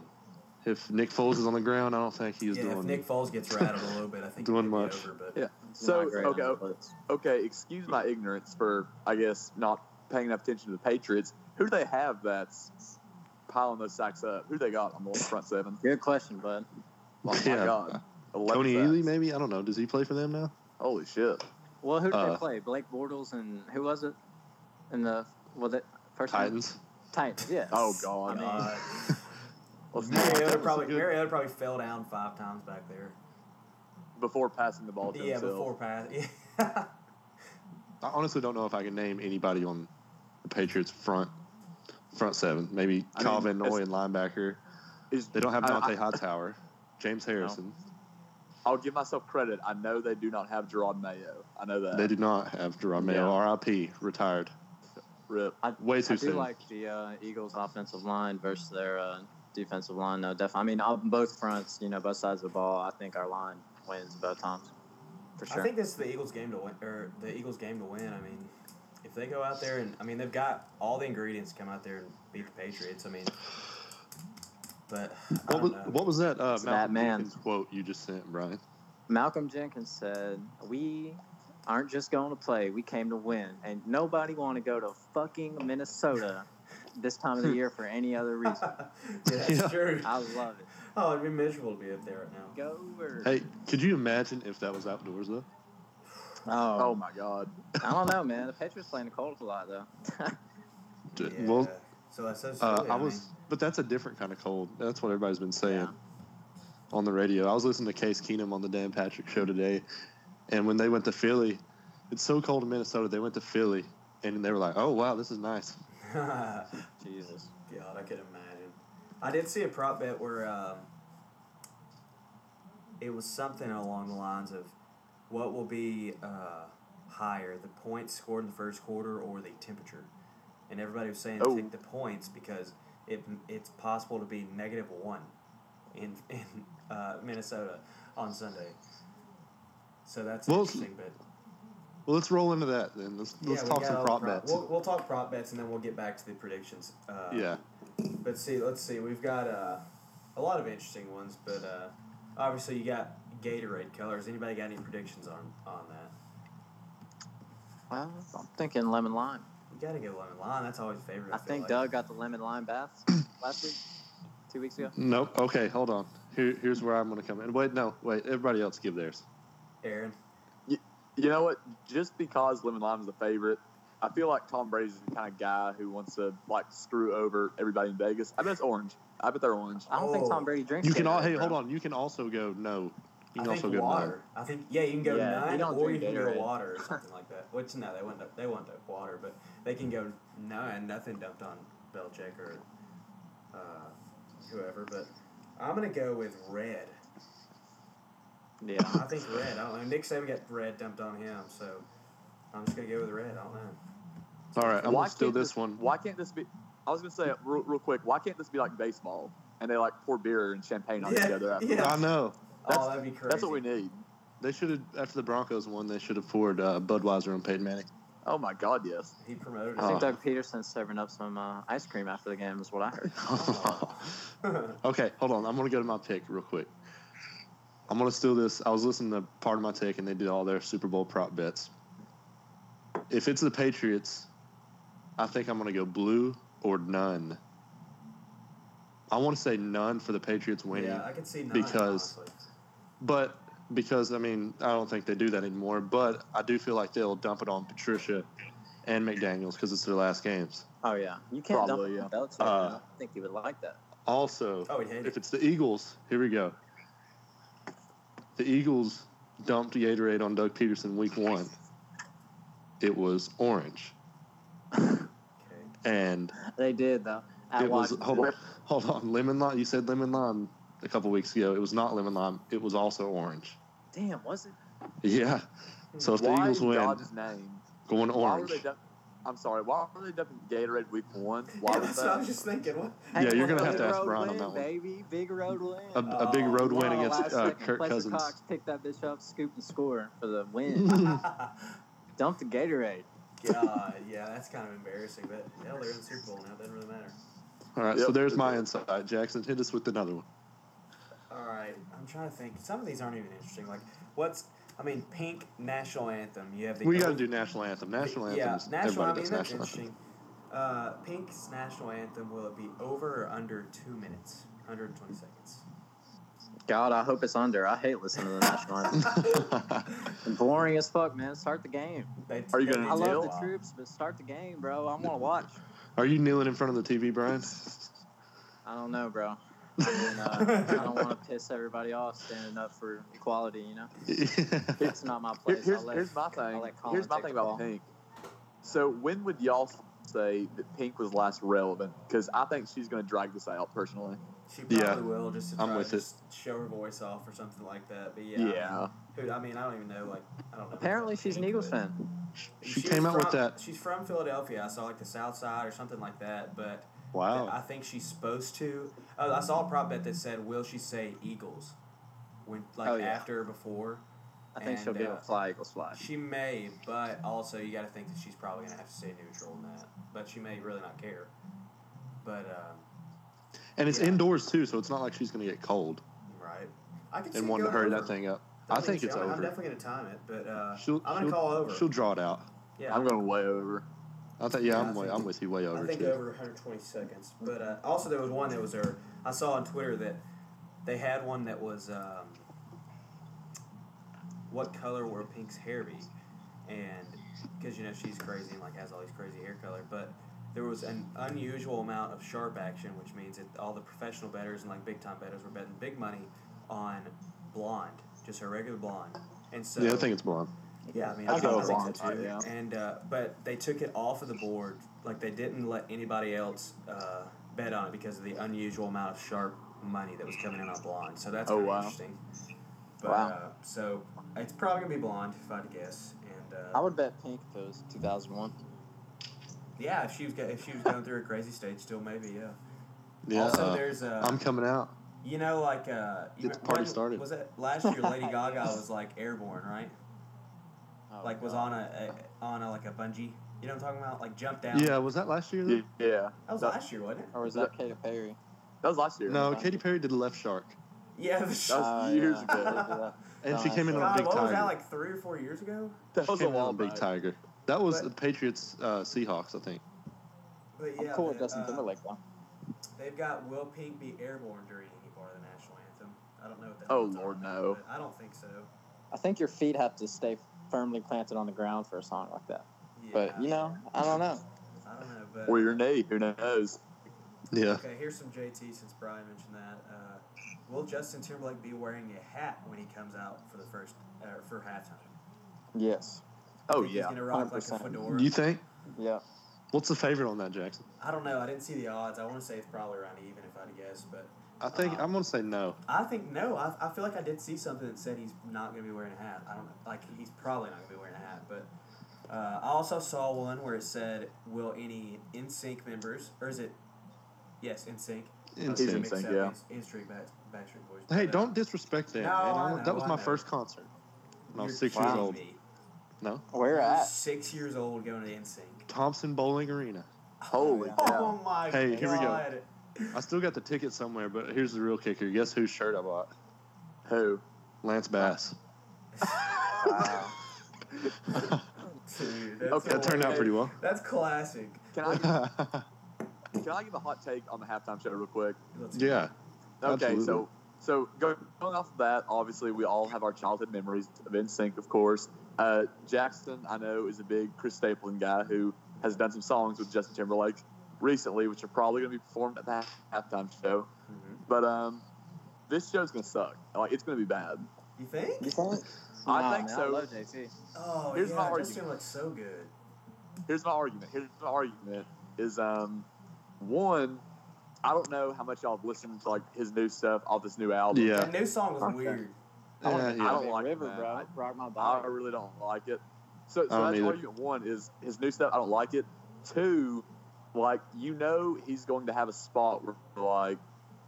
[SPEAKER 3] so if Nick Foles is on the ground, I don't think he's
[SPEAKER 4] yeah, if
[SPEAKER 3] doing.
[SPEAKER 4] Nick Foles gets rattled a little bit, I think it
[SPEAKER 3] Doing
[SPEAKER 4] could be
[SPEAKER 3] much.
[SPEAKER 4] Over, but
[SPEAKER 6] Yeah.
[SPEAKER 5] He's
[SPEAKER 6] So
[SPEAKER 5] not great on
[SPEAKER 6] okay,
[SPEAKER 5] the blitz.
[SPEAKER 6] okay, excuse my ignorance for I guess not paying enough attention to the Patriots. Who do they have that's piling those sacks up? Who they got on the front seven?
[SPEAKER 5] Good question, bud.
[SPEAKER 6] Oh my
[SPEAKER 3] Yeah.
[SPEAKER 6] god. 11
[SPEAKER 3] Tony
[SPEAKER 6] sacks.
[SPEAKER 3] Ely, maybe I don't know. Does he play for them now?
[SPEAKER 6] Holy shit.
[SPEAKER 5] Well, who did they
[SPEAKER 3] Uh,
[SPEAKER 5] play? Blake Bortles and who was it? In the well, the
[SPEAKER 4] Hmm.
[SPEAKER 5] first one?
[SPEAKER 3] Titans.
[SPEAKER 5] Titans. Yeah.
[SPEAKER 6] Oh god.
[SPEAKER 5] I mean-
[SPEAKER 4] Uh,
[SPEAKER 6] Let's-
[SPEAKER 4] Mariota
[SPEAKER 6] that was
[SPEAKER 4] probably
[SPEAKER 6] good
[SPEAKER 4] Mariota probably fell down five times back there.
[SPEAKER 6] before passing the ball to
[SPEAKER 4] Yeah,
[SPEAKER 6] himself.
[SPEAKER 4] before pass. Yeah.
[SPEAKER 3] I honestly don't know if I can name anybody on the Patriots front front seven. Maybe
[SPEAKER 6] I mean,
[SPEAKER 3] Calvin Noy
[SPEAKER 6] it's-
[SPEAKER 3] and linebacker.
[SPEAKER 6] Is-
[SPEAKER 3] They don't have
[SPEAKER 6] I-
[SPEAKER 3] Dante
[SPEAKER 6] I-
[SPEAKER 3] Hightower, James Harrison.
[SPEAKER 6] I'll give myself credit. I know they do not have Gerard Mayo. I know that.
[SPEAKER 3] They do not have Gerard Mayo.
[SPEAKER 6] Yeah.
[SPEAKER 3] R.I.P. Retired.
[SPEAKER 6] Rip.
[SPEAKER 5] I,
[SPEAKER 3] Way too
[SPEAKER 5] I do
[SPEAKER 3] soon.
[SPEAKER 5] like the uh, Eagles' offensive line versus their uh, defensive line. No, def- I mean, on both fronts, you know, both sides of the ball. I think our line wins both times for sure.
[SPEAKER 4] I think this is the Eagles game to win, or the Eagles game to win. I mean, if they go out there and I mean they've got all the ingredients to come out there and beat the Patriots. I mean, but I
[SPEAKER 3] What
[SPEAKER 4] don't
[SPEAKER 3] was,
[SPEAKER 4] know.
[SPEAKER 3] what was that uh,
[SPEAKER 5] It's that
[SPEAKER 3] Malcolm
[SPEAKER 5] man.
[SPEAKER 3] Jenkins quote you just sent, Brian?
[SPEAKER 5] Malcolm Jenkins said, "We aren't just going to play; we came to win, and nobody want to go to fucking Minnesota this time of the year for any other reason."
[SPEAKER 4] yeah, that's
[SPEAKER 3] Yeah.
[SPEAKER 4] true.
[SPEAKER 5] I love it.
[SPEAKER 4] Oh, it'd be miserable to be up there right now.
[SPEAKER 5] Go over.
[SPEAKER 3] Hey, could you imagine if that was outdoors though?
[SPEAKER 6] Oh
[SPEAKER 3] Um,
[SPEAKER 5] Oh,
[SPEAKER 6] my god.
[SPEAKER 5] I don't know, man. The Patriots playing the Colts a lot though.
[SPEAKER 3] D-
[SPEAKER 4] Yeah.
[SPEAKER 3] Well,
[SPEAKER 4] so that's so
[SPEAKER 3] uh,
[SPEAKER 4] silly,
[SPEAKER 3] I
[SPEAKER 4] mean,
[SPEAKER 3] was, but that's a different kind of cold. That's what everybody's been saying on the radio. I was listening to Case Keenum on the Dan Patrick show today, and when they went to Philly, it's so cold in Minnesota. They went to Philly, and they were like, "Oh wow, this is nice."
[SPEAKER 5] Jesus.
[SPEAKER 4] God, I could imagine. I did see a prop bet where um, it was something along the lines of what will be uh, higher, the points scored in the first quarter or the temperature. And everybody was saying
[SPEAKER 6] Oh.
[SPEAKER 4] take the points because it, it's possible to be negative one in, in uh, Minnesota on Sunday. So that's
[SPEAKER 3] Well,
[SPEAKER 4] interesting, but
[SPEAKER 3] Well, let's roll into that then. Let's
[SPEAKER 4] Yeah,
[SPEAKER 3] let's
[SPEAKER 4] we
[SPEAKER 3] talk
[SPEAKER 4] got
[SPEAKER 3] some
[SPEAKER 4] all the
[SPEAKER 3] prop
[SPEAKER 4] prop-
[SPEAKER 3] bets.
[SPEAKER 4] We'll, we'll talk prop bets and then we'll get back to the predictions. Uh,
[SPEAKER 3] yeah,
[SPEAKER 4] but see, let's see. We've got uh, a lot of interesting ones, but uh, obviously you got Gatorade colors. Anybody got any predictions on on that?
[SPEAKER 5] Well, I'm thinking lemon lime.
[SPEAKER 4] You gotta go lemon lime. That's always a favorite. I,
[SPEAKER 5] I
[SPEAKER 4] feel
[SPEAKER 5] think
[SPEAKER 4] like.
[SPEAKER 5] Doug got the lemon lime bath last week, two weeks ago.
[SPEAKER 3] nope. Okay, hold on. Here, here's where I'm going to come in. Wait, no, wait. Everybody else give theirs.
[SPEAKER 4] Aaron.
[SPEAKER 6] You know what? Just because Lemon Lime is the favorite, I feel like Tom Brady's the kind of guy who wants to like screw over everybody in Vegas. I bet it's orange. I bet they're orange.
[SPEAKER 5] I don't think
[SPEAKER 4] Oh.
[SPEAKER 5] Tom Brady drinks.
[SPEAKER 3] You can all.
[SPEAKER 5] Gatorade,
[SPEAKER 3] Hey,
[SPEAKER 5] bro.
[SPEAKER 3] hold on. You can also go no. You
[SPEAKER 4] I
[SPEAKER 3] can
[SPEAKER 4] think
[SPEAKER 3] also go no.
[SPEAKER 4] water. I think yeah, you can go
[SPEAKER 5] Yeah, we
[SPEAKER 4] nine
[SPEAKER 5] don't
[SPEAKER 4] or you
[SPEAKER 5] drink
[SPEAKER 4] can go
[SPEAKER 5] Gatorade.
[SPEAKER 4] water or something like that. Which no, they wouldn't. They wouldn't do water, but they can go nine. Nothing dumped on Belichick or uh, whoever, but I'm gonna go with red.
[SPEAKER 5] Yeah.
[SPEAKER 4] I think red. I don't know. Nick Saban got red dumped on him, so I'm just gonna go with red. I don't know.
[SPEAKER 3] All right, I'm
[SPEAKER 6] why
[SPEAKER 3] gonna steal
[SPEAKER 6] can't
[SPEAKER 3] this one.
[SPEAKER 6] Why can't this be? I was gonna say real, real quick. Why can't this be like baseball and they like pour beer and champagne on
[SPEAKER 4] Yeah,
[SPEAKER 6] each other? After?
[SPEAKER 4] yeah.
[SPEAKER 3] I know.
[SPEAKER 6] That's-
[SPEAKER 4] oh, that'd be crazy.
[SPEAKER 6] That's what we need.
[SPEAKER 3] They should have after the Broncos won. They should have poured uh, Budweiser on Peyton Manning.
[SPEAKER 6] Oh my God, yes.
[SPEAKER 4] He promoted.
[SPEAKER 5] I
[SPEAKER 3] Oh.
[SPEAKER 5] think
[SPEAKER 4] it.
[SPEAKER 5] Doug Peterson's serving up some uh, ice cream after the game, is what I heard.
[SPEAKER 4] Oh.
[SPEAKER 3] okay, hold on. I'm gonna go to my pick real quick. I'm gonna steal this. I was listening to part of my take, and they did all their Super Bowl prop bets. If it's the Patriots, I think I'm gonna go blue or none. I want to say none for the Patriots winning,
[SPEAKER 4] yeah, I can see nine,
[SPEAKER 3] because-
[SPEAKER 4] honestly.
[SPEAKER 3] but because I mean I don't think they do that anymore. But I do feel like they'll dump it on Patricia and McDaniel's because it's their last games.
[SPEAKER 5] Oh yeah, you can't
[SPEAKER 6] Probably,
[SPEAKER 5] dump
[SPEAKER 6] yeah.
[SPEAKER 5] Belichick.
[SPEAKER 3] Uh,
[SPEAKER 5] I don't think he would like that.
[SPEAKER 3] Also,
[SPEAKER 4] Oh, he'd hate
[SPEAKER 3] if
[SPEAKER 4] it.
[SPEAKER 3] it's the Eagles, here we go. The Eagles dumped Gatorade on Doug Peterson week one. It was orange.
[SPEAKER 4] Okay.
[SPEAKER 3] And
[SPEAKER 5] They did though. At
[SPEAKER 3] it was,
[SPEAKER 5] Washington.
[SPEAKER 3] hold on, hold on, lemon lime. You said lemon lime a couple weeks ago. It was not lemon lime, it was also orange.
[SPEAKER 5] Damn, was it?
[SPEAKER 3] Yeah. So if the
[SPEAKER 6] why
[SPEAKER 3] Eagles
[SPEAKER 6] in
[SPEAKER 3] win,
[SPEAKER 6] God's name?
[SPEAKER 3] going
[SPEAKER 6] Why were
[SPEAKER 3] orange.
[SPEAKER 6] they dump, I'm sorry. Why were they dumping Gatorade week one? Why
[SPEAKER 4] Yeah,
[SPEAKER 6] was
[SPEAKER 4] that's what I was
[SPEAKER 6] that?
[SPEAKER 4] just thinking. What?
[SPEAKER 3] Yeah, you're
[SPEAKER 5] big
[SPEAKER 3] gonna have to ask
[SPEAKER 5] road
[SPEAKER 3] Brian on
[SPEAKER 5] win,
[SPEAKER 3] that one.
[SPEAKER 5] Baby, big road win.
[SPEAKER 3] A, a big
[SPEAKER 4] Oh,
[SPEAKER 3] road win
[SPEAKER 4] wow.
[SPEAKER 3] against
[SPEAKER 5] Last
[SPEAKER 3] uh,
[SPEAKER 5] second,
[SPEAKER 3] Kirk
[SPEAKER 5] Fletcher
[SPEAKER 3] Cousins.
[SPEAKER 5] Cox picked that bitch up, scooped and scored for the win. Dumped the Gatorade.
[SPEAKER 4] God, yeah, that's kind of embarrassing. But hell, they're in the Super Bowl now. Doesn't really matter.
[SPEAKER 3] All right, so
[SPEAKER 6] Yep.
[SPEAKER 3] there's my insight. Jackson, hit us with another one.
[SPEAKER 4] All right, I'm trying to think. Some of these aren't even interesting. Like, what's? I mean, pink national anthem. You have the.
[SPEAKER 3] We got to do national anthem. National anthem.
[SPEAKER 4] Yeah, national. I
[SPEAKER 3] everybody
[SPEAKER 4] mean,
[SPEAKER 3] does
[SPEAKER 4] that's
[SPEAKER 3] national anthem.
[SPEAKER 4] interesting. Uh, Pink's national anthem. Will it be over or under two minutes? 120 seconds.
[SPEAKER 5] God, I hope it's under. I hate listening to the national anthem. Boring as fuck, man. Start the game.
[SPEAKER 4] They,
[SPEAKER 6] Are you
[SPEAKER 4] they
[SPEAKER 6] gonna
[SPEAKER 4] did
[SPEAKER 5] I
[SPEAKER 4] it a
[SPEAKER 5] love the
[SPEAKER 4] while.
[SPEAKER 5] troops, but start the game, bro. I want to watch.
[SPEAKER 3] Are you kneeling in front of the TV, Brian?
[SPEAKER 5] I don't know, bro. I, mean, uh, I don't want to piss everybody off standing up for equality, you know? It's not my
[SPEAKER 6] Here-
[SPEAKER 5] place.
[SPEAKER 6] here's,
[SPEAKER 5] I'll let,
[SPEAKER 6] here's my
[SPEAKER 5] I'll
[SPEAKER 6] thing.
[SPEAKER 5] let Colin
[SPEAKER 6] Here's my
[SPEAKER 5] take
[SPEAKER 6] thing
[SPEAKER 5] the
[SPEAKER 6] about
[SPEAKER 5] ball.
[SPEAKER 6] Pink. So when would y'all say that Pink was last relevant? Because I think she's going to drag this out personally.
[SPEAKER 4] She probably
[SPEAKER 3] Yeah,
[SPEAKER 4] will just to try
[SPEAKER 3] I'm with
[SPEAKER 4] to
[SPEAKER 3] it.
[SPEAKER 4] just show her voice off or something like that. But yeah, I mean,
[SPEAKER 6] Yeah.
[SPEAKER 4] who, I mean, I don't even know. Like, I don't know.
[SPEAKER 5] Apparently, she's an
[SPEAKER 4] Pink,
[SPEAKER 5] Eagles
[SPEAKER 4] but-
[SPEAKER 5] fan.
[SPEAKER 3] she
[SPEAKER 4] She's
[SPEAKER 3] came out with
[SPEAKER 4] from-
[SPEAKER 3] that.
[SPEAKER 4] She's from Philadelphia. I saw like the South Side or something like that. But I
[SPEAKER 3] Wow.
[SPEAKER 4] think she's supposed to. Oh, I saw a prop bet that said, "Will she say Eagles?" When like
[SPEAKER 5] Oh, yeah.
[SPEAKER 4] after or before.
[SPEAKER 5] I think she'll
[SPEAKER 4] And,
[SPEAKER 5] be
[SPEAKER 4] uh,
[SPEAKER 5] able to fly Eagles fly.
[SPEAKER 4] She may, but also you got to think that she's probably gonna have to stay neutral in that. But she may really not care. But um,
[SPEAKER 3] And it's
[SPEAKER 4] yeah.
[SPEAKER 3] indoors too, so it's not like she's gonna get cold
[SPEAKER 4] right, I can see
[SPEAKER 3] and wanting to
[SPEAKER 4] going
[SPEAKER 3] hurry
[SPEAKER 4] over.
[SPEAKER 3] that thing up.
[SPEAKER 4] I,
[SPEAKER 3] I think
[SPEAKER 4] she-
[SPEAKER 3] it's
[SPEAKER 4] I'm, I'm
[SPEAKER 3] over.
[SPEAKER 4] definitely gonna time it, but uh,
[SPEAKER 3] She'll,
[SPEAKER 4] I'm gonna
[SPEAKER 3] she'll,
[SPEAKER 4] call over.
[SPEAKER 3] she'll draw it out.
[SPEAKER 4] yeah,
[SPEAKER 6] I'm going way over.
[SPEAKER 3] I think. Yeah,
[SPEAKER 4] Yeah, I
[SPEAKER 3] I'm way.
[SPEAKER 4] think-
[SPEAKER 3] I'm with you. Way
[SPEAKER 4] I
[SPEAKER 3] over
[SPEAKER 4] think
[SPEAKER 3] too.
[SPEAKER 4] over 120 seconds. But uh, also there was one that was there. I saw on Twitter that they had one that was um, what color will Pink's hair be? And because you know she's crazy and like has all these crazy hair color, but there was an unusual amount of sharp action, which means that all the professional bettors and like big time bettors were betting big money on blonde, just her regular blonde. And so
[SPEAKER 3] Yeah, I think it's blonde.
[SPEAKER 4] yeah, I mean,
[SPEAKER 6] I'll
[SPEAKER 4] I
[SPEAKER 6] go
[SPEAKER 4] think
[SPEAKER 6] with
[SPEAKER 4] so
[SPEAKER 6] Vaughn,
[SPEAKER 4] too.
[SPEAKER 6] yeah.
[SPEAKER 4] And uh, but they took it off of the board. Like they didn't let anybody else uh, bet on it because of the unusual amount of sharp money that was coming in on blonde. So that's
[SPEAKER 6] Oh,
[SPEAKER 4] kinda
[SPEAKER 6] wow.
[SPEAKER 4] interesting. But,
[SPEAKER 5] Wow.
[SPEAKER 4] Uh, so it's probably gonna be blonde if I had to guess. And uh,
[SPEAKER 5] I would bet Pink if it was 2001.
[SPEAKER 4] yeah, if she was go- if she was going through a crazy stage, still maybe yeah.
[SPEAKER 3] Yeah.
[SPEAKER 4] also,
[SPEAKER 3] uh,
[SPEAKER 4] there's uh,
[SPEAKER 3] I'm coming out.
[SPEAKER 4] you know like uh, you
[SPEAKER 3] Get the
[SPEAKER 4] remem-
[SPEAKER 3] party
[SPEAKER 4] when-
[SPEAKER 3] started.
[SPEAKER 4] Was it last year? Lady Gaga was like airborne, right?
[SPEAKER 5] Oh,
[SPEAKER 4] like was
[SPEAKER 5] God.
[SPEAKER 4] on a, a on a like a bungee. You know what I'm talking about? Like jumped down.
[SPEAKER 3] Yeah. Was that last year?
[SPEAKER 6] Yeah.
[SPEAKER 3] though?
[SPEAKER 4] That was
[SPEAKER 6] That-
[SPEAKER 4] last year, wasn't it?
[SPEAKER 5] Or was that Katy Perry?
[SPEAKER 6] That was last year.
[SPEAKER 3] No, Katy Perry did left shark,
[SPEAKER 4] Yeah.
[SPEAKER 6] That was
[SPEAKER 5] Oh,
[SPEAKER 6] years
[SPEAKER 5] yeah.
[SPEAKER 6] ago.
[SPEAKER 3] and she
[SPEAKER 5] Oh,
[SPEAKER 3] came in on
[SPEAKER 4] God,
[SPEAKER 3] Big
[SPEAKER 4] what was that
[SPEAKER 3] Tiger.
[SPEAKER 4] like three or four years ago?
[SPEAKER 6] That
[SPEAKER 3] She
[SPEAKER 6] was a
[SPEAKER 3] came in
[SPEAKER 6] while
[SPEAKER 3] on Big
[SPEAKER 6] back.
[SPEAKER 3] Tiger. That was
[SPEAKER 4] But-
[SPEAKER 3] the Patriots uh, Seahawks, I think.
[SPEAKER 4] But
[SPEAKER 5] I'm
[SPEAKER 4] yeah,
[SPEAKER 5] cool
[SPEAKER 4] the,
[SPEAKER 5] with Justin
[SPEAKER 4] uh,
[SPEAKER 5] Timberlake though.
[SPEAKER 4] They've got Will Pink be airborne during any part of the national anthem. I don't know what that.
[SPEAKER 6] Oh,
[SPEAKER 4] means,
[SPEAKER 6] Lord,
[SPEAKER 4] but
[SPEAKER 6] no.
[SPEAKER 4] I don't think so.
[SPEAKER 5] I think your feet have to stay firmly planted on the ground for a song like that.
[SPEAKER 4] Yeah,
[SPEAKER 5] But you know, I don't know.
[SPEAKER 4] I don't know. But
[SPEAKER 6] Or your knee. Who knows?
[SPEAKER 3] Yeah.
[SPEAKER 4] okay, here's some JT since Brian mentioned that. Uh, will Justin Timberlake be wearing a hat when he comes out for the first uh, for halftime?
[SPEAKER 5] Yes.
[SPEAKER 4] I
[SPEAKER 6] Oh
[SPEAKER 4] think He's
[SPEAKER 6] yeah.
[SPEAKER 4] gonna rock like a
[SPEAKER 5] 100%.
[SPEAKER 4] fedora.
[SPEAKER 3] You think?
[SPEAKER 5] Yeah.
[SPEAKER 3] What's the favorite on that, Jackson?
[SPEAKER 4] I don't know. I didn't see the odds. I want to say it's probably around even if I'd guess, but
[SPEAKER 3] I think I'm gonna say no.
[SPEAKER 4] I think no. I, I feel like I did see something that said he's not going to be wearing a hat. I don't like he's probably not going to be wearing a hat, but uh, I also saw one where it said, "Will any NSYNC members or is it yes NSYNC?"
[SPEAKER 3] He's
[SPEAKER 4] It's a
[SPEAKER 6] in
[SPEAKER 4] mix
[SPEAKER 6] sync,
[SPEAKER 4] up,
[SPEAKER 6] yeah.
[SPEAKER 4] it's- it's Street Back, Backstreet Boys.
[SPEAKER 3] Hey,
[SPEAKER 4] but, uh,
[SPEAKER 3] don't disrespect that.
[SPEAKER 4] No,
[SPEAKER 3] man. I
[SPEAKER 4] I
[SPEAKER 3] was-
[SPEAKER 4] know,
[SPEAKER 3] that was
[SPEAKER 4] I
[SPEAKER 3] my
[SPEAKER 4] know.
[SPEAKER 3] first concert when I was
[SPEAKER 4] you're
[SPEAKER 3] six years
[SPEAKER 4] kidding
[SPEAKER 3] old.
[SPEAKER 4] me.
[SPEAKER 3] No,
[SPEAKER 5] Where
[SPEAKER 4] I was
[SPEAKER 5] at?
[SPEAKER 4] Six years old going to NSYNC.
[SPEAKER 3] Thompson Bowling Arena.
[SPEAKER 6] Holy cow.
[SPEAKER 4] Oh my
[SPEAKER 3] Hey,
[SPEAKER 4] god.
[SPEAKER 3] here we go. I still got the ticket somewhere, but here's the real kicker. Guess whose shirt I bought?
[SPEAKER 6] Who?
[SPEAKER 3] Lance Bass.
[SPEAKER 5] Wow.
[SPEAKER 4] Dude, that's
[SPEAKER 6] Okay,
[SPEAKER 3] That turned out
[SPEAKER 4] hilarious.
[SPEAKER 3] pretty well.
[SPEAKER 4] That's classic.
[SPEAKER 6] Can I can I give a hot take on the halftime show real quick?
[SPEAKER 4] Let's go.
[SPEAKER 3] yeah.
[SPEAKER 6] Okay,
[SPEAKER 3] Absolutely.
[SPEAKER 6] so so go- going off of that, obviously we all have our childhood memories of NSYNC, of course. Uh, Jackson, I know, is a big Chris Stapleton guy who has done some songs with Justin Timberlake recently, which are probably going to be performed at the halftime show.
[SPEAKER 3] Mm-hmm.
[SPEAKER 4] Mhm.
[SPEAKER 6] But um, this show's going to suck. Like it's going to be bad.
[SPEAKER 4] You think?
[SPEAKER 5] You think?
[SPEAKER 6] I
[SPEAKER 5] Nah,
[SPEAKER 6] think
[SPEAKER 5] man, I
[SPEAKER 6] so.
[SPEAKER 5] love JT.
[SPEAKER 4] Oh,
[SPEAKER 6] Here's
[SPEAKER 4] yeah,
[SPEAKER 6] my
[SPEAKER 4] Justin
[SPEAKER 6] argument.
[SPEAKER 4] looks so good.
[SPEAKER 6] here's my argument. Here's my argument is um, one, I don't know how much y'all have listened to like his new stuff off this new album.
[SPEAKER 3] Yeah.
[SPEAKER 4] That new song was
[SPEAKER 5] Okay.
[SPEAKER 4] weird.
[SPEAKER 6] I don't,
[SPEAKER 3] Yeah, yeah.
[SPEAKER 6] I don't like
[SPEAKER 5] River,
[SPEAKER 6] that.
[SPEAKER 5] bro. Rock my
[SPEAKER 6] I
[SPEAKER 5] body.
[SPEAKER 6] really don't like it. So, so
[SPEAKER 3] don't
[SPEAKER 6] that's
[SPEAKER 3] either.
[SPEAKER 6] argument one is his new stuff. I don't like it. Two, like you know, he's going to have a spot where like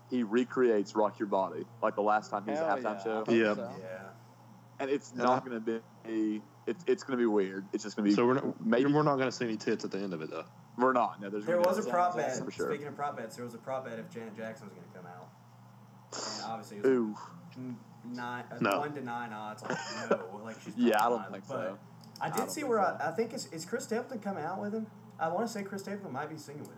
[SPEAKER 6] he recreates "Rock Your Body" like the last time he was
[SPEAKER 5] Hell
[SPEAKER 6] at halftime
[SPEAKER 5] yeah.
[SPEAKER 6] show,
[SPEAKER 5] I hope
[SPEAKER 3] Yeah.
[SPEAKER 5] so.
[SPEAKER 4] Yeah.
[SPEAKER 6] and it's
[SPEAKER 3] And
[SPEAKER 6] not going to be. It's it's going to be weird. It's just going to be.
[SPEAKER 3] So we're not
[SPEAKER 6] maybe-
[SPEAKER 3] we're not gonna see any tits at the end of it though.
[SPEAKER 6] we're not. No, there's
[SPEAKER 4] There
[SPEAKER 6] gonna be
[SPEAKER 4] was a
[SPEAKER 6] no-
[SPEAKER 4] prop
[SPEAKER 5] Janet
[SPEAKER 4] bet.
[SPEAKER 5] Jackson
[SPEAKER 6] for sure.
[SPEAKER 4] Speaking of prop bets, there was a prop bet if Janet Jackson was going to come out. And obviously, it was
[SPEAKER 6] Ooh.
[SPEAKER 4] n- nine, uh,
[SPEAKER 3] No.
[SPEAKER 4] one to nine odds. Like, no, like she's
[SPEAKER 6] Yeah, I
[SPEAKER 4] probably
[SPEAKER 6] don't
[SPEAKER 4] not,
[SPEAKER 6] think
[SPEAKER 4] but
[SPEAKER 6] so.
[SPEAKER 4] I
[SPEAKER 6] I
[SPEAKER 4] did
[SPEAKER 6] don't
[SPEAKER 4] see
[SPEAKER 6] think
[SPEAKER 4] where
[SPEAKER 6] so.
[SPEAKER 4] I, I think is is Chris Stapleton coming out with him. I want to say Chris Stapleton might be singing with him